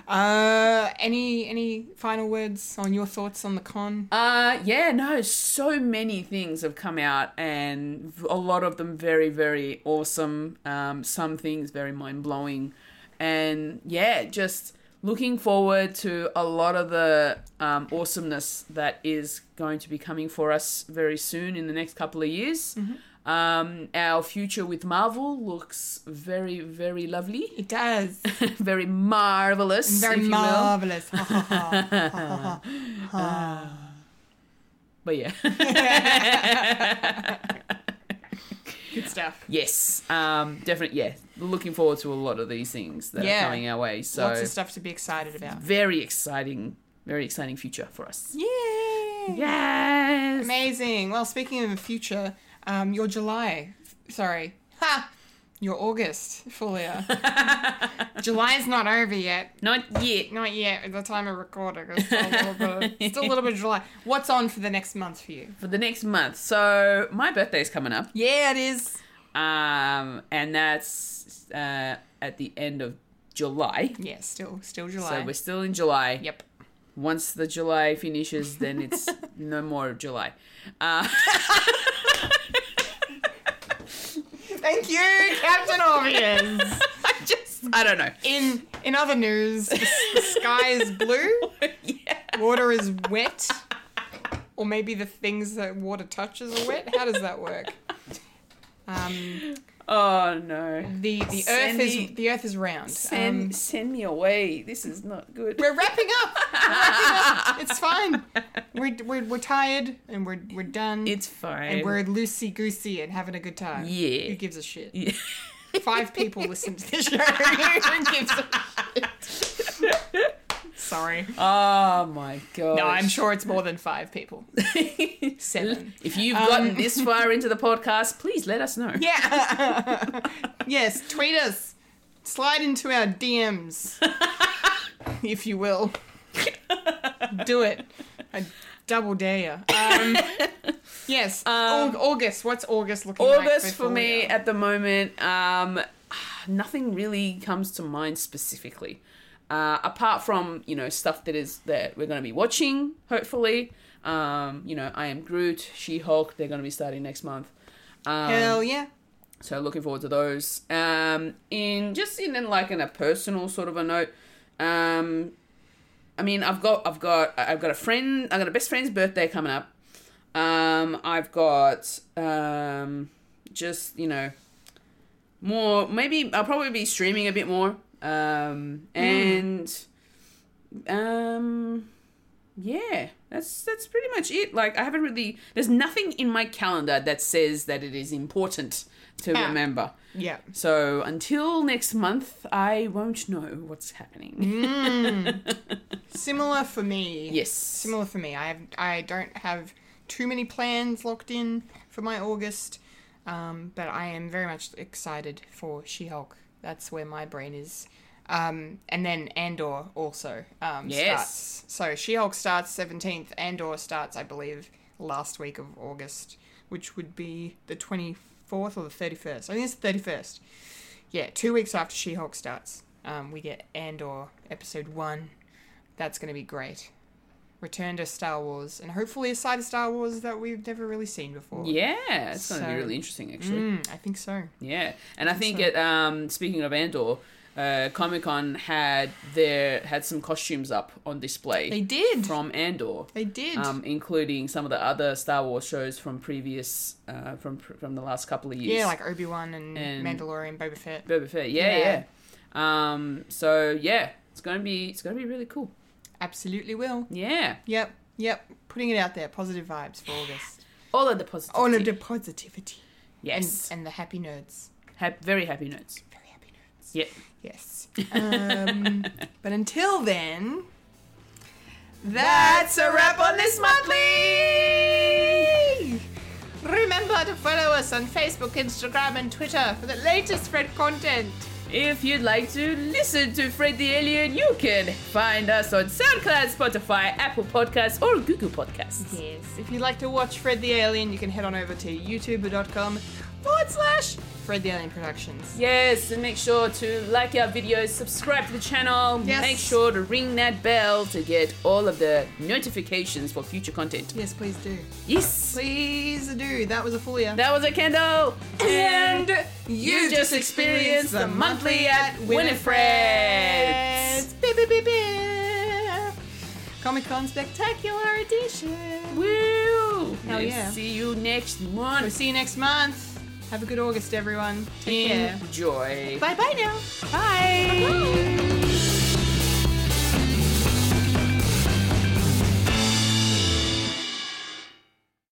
Uh, any any final words on your thoughts on the con? Uh, yeah, no, so many things have come out, and a lot of them very, very awesome. Um, some things very mind blowing, and yeah, just looking forward to a lot of the um, awesomeness that is going to be coming for us very soon in the next couple of years. Um, our future with Marvel looks very, very lovely, It does. very marvelous, Very if you will. marvelous. Ha, ha, ha. Ha, ha, ha. But yeah. Good stuff. Yes, um, definitely. Yeah, looking forward to a lot of these things that Yeah. are coming our way. So Lots of stuff to be excited about. very exciting, very exciting future for us. Yay! Yes. Amazing. Well, speaking of the future, um, your July, sorry, ha, Your August, Fulia. July's not over yet. Not yet. Not yet at the time of recording. It's still a little bit, it's still a little bit of July. What's on for the next month for you? For the next month. So my birthday's coming up. Yeah, it is. Um, and that's uh, at the end of July. Yeah, still, still July. So we're still in July. Yep. Once the July finishes, then it's no more July. Uh, Thank you, Captain Obvious. I just, I don't know. In in other news, the s- the sky is blue, yeah. water is wet, or maybe the things that water touches are wet. How does that work? Um, Oh no. the the Send earth me- is the earth is round. Send Um, send me away. This is not good. we're wrapping up. We're wrapping up. It's fine. We're, we're, we're tired and we're, we're done. It's fine. and we're loosey goosey and having a good time. Yeah. Who gives a shit? Yeah. Five people listen to this show. Who gives a shit? Sorry. Oh my god. No, I'm sure it's more than five people. Seven. If you've gotten Um, this far into the podcast, please let us know. Yeah. yes, tweet us. Slide into our DMs, if you will. Do it. I double dare you. Um, yes. Aug- August. What's August looking like? Um, August for me Fulia? at the moment, um, nothing really comes to mind specifically. Uh, apart from you know stuff that is that we're going to be watching, hopefully, um, you know I am Groot, She Hulk. They're going to be starting next month. Um, Hell yeah. So looking forward to those. Um, in just in, in like in a personal sort of a note, um, I mean I've got I've got I've got a friend I've got a best friend's birthday coming up. Um, I've got um, just you know more maybe I'll probably be streaming a bit more. Um, and um, yeah, that's that's pretty much it. Like I haven't really there's nothing in my calendar that says that it is important to Ah. remember. Yeah. So until next month, I won't know what's happening. Mm. Similar for me. Yes. Similar for me. I have I don't have too many plans locked in for my August, um, but I am very much excited for She-Hulk. That's where my brain is. Um, and then Andor also um, Yes. starts. So She-Hulk starts seventeenth. Andor starts, I believe, last week of August, which would be the twenty fourth or the thirty first. I think it's the thirty first. Yeah, two weeks after She-Hulk starts, um, we get Andor episode one. That's going to be great. Return to Star Wars, and hopefully a side of Star Wars that we've never really seen before. Yeah, it's going to So- be really interesting actually. Mm, I think so. Yeah, and I think it. Um, speaking of Andor, uh, Comic Con had their had some costumes up on display They did. from Andor, They did. um, including some of the other Star Wars shows from previous uh, from from the last couple of years. yeah, like Obi Wan and, And- Mandalorian, Boba Fett. Boba Fett. Yeah, Yeah. yeah. Um, so yeah, it's gonna be it's gonna be really cool. Absolutely will. Yeah, Yep, yep. Putting it out there. Positive vibes for August. all of the positive. All of the positivity. yes, And, and the happy nerds. Hap- very happy notes. Very happy nerds. Yep. Yes. Um, but until then, that's a wrap on this monthly. Remember to follow us on Facebook, Instagram, and Twitter for the latest Fred content. If you'd like to listen to Fred the Alien, you can find us on SoundCloud, Spotify, Apple Podcasts, or Google Podcasts. Yes. If you'd like to watch Fred the Alien, you can head on over to youtube.com forward slash Fred the Alien Productions. Yes, and make sure to like our videos, subscribe to the channel, Yes. make sure to ring that bell to get all of the notifications for future content. Yes, please do. Yes! Please do. That was a full year. That was a candle! And you just experienced the monthly at Winifred's. Comic Con Spectacular Edition. Woo! Hell And yeah. See you next We'll month. see you next month. Have a good August, everyone. Take care. Enjoy. Bye bye now. Bye.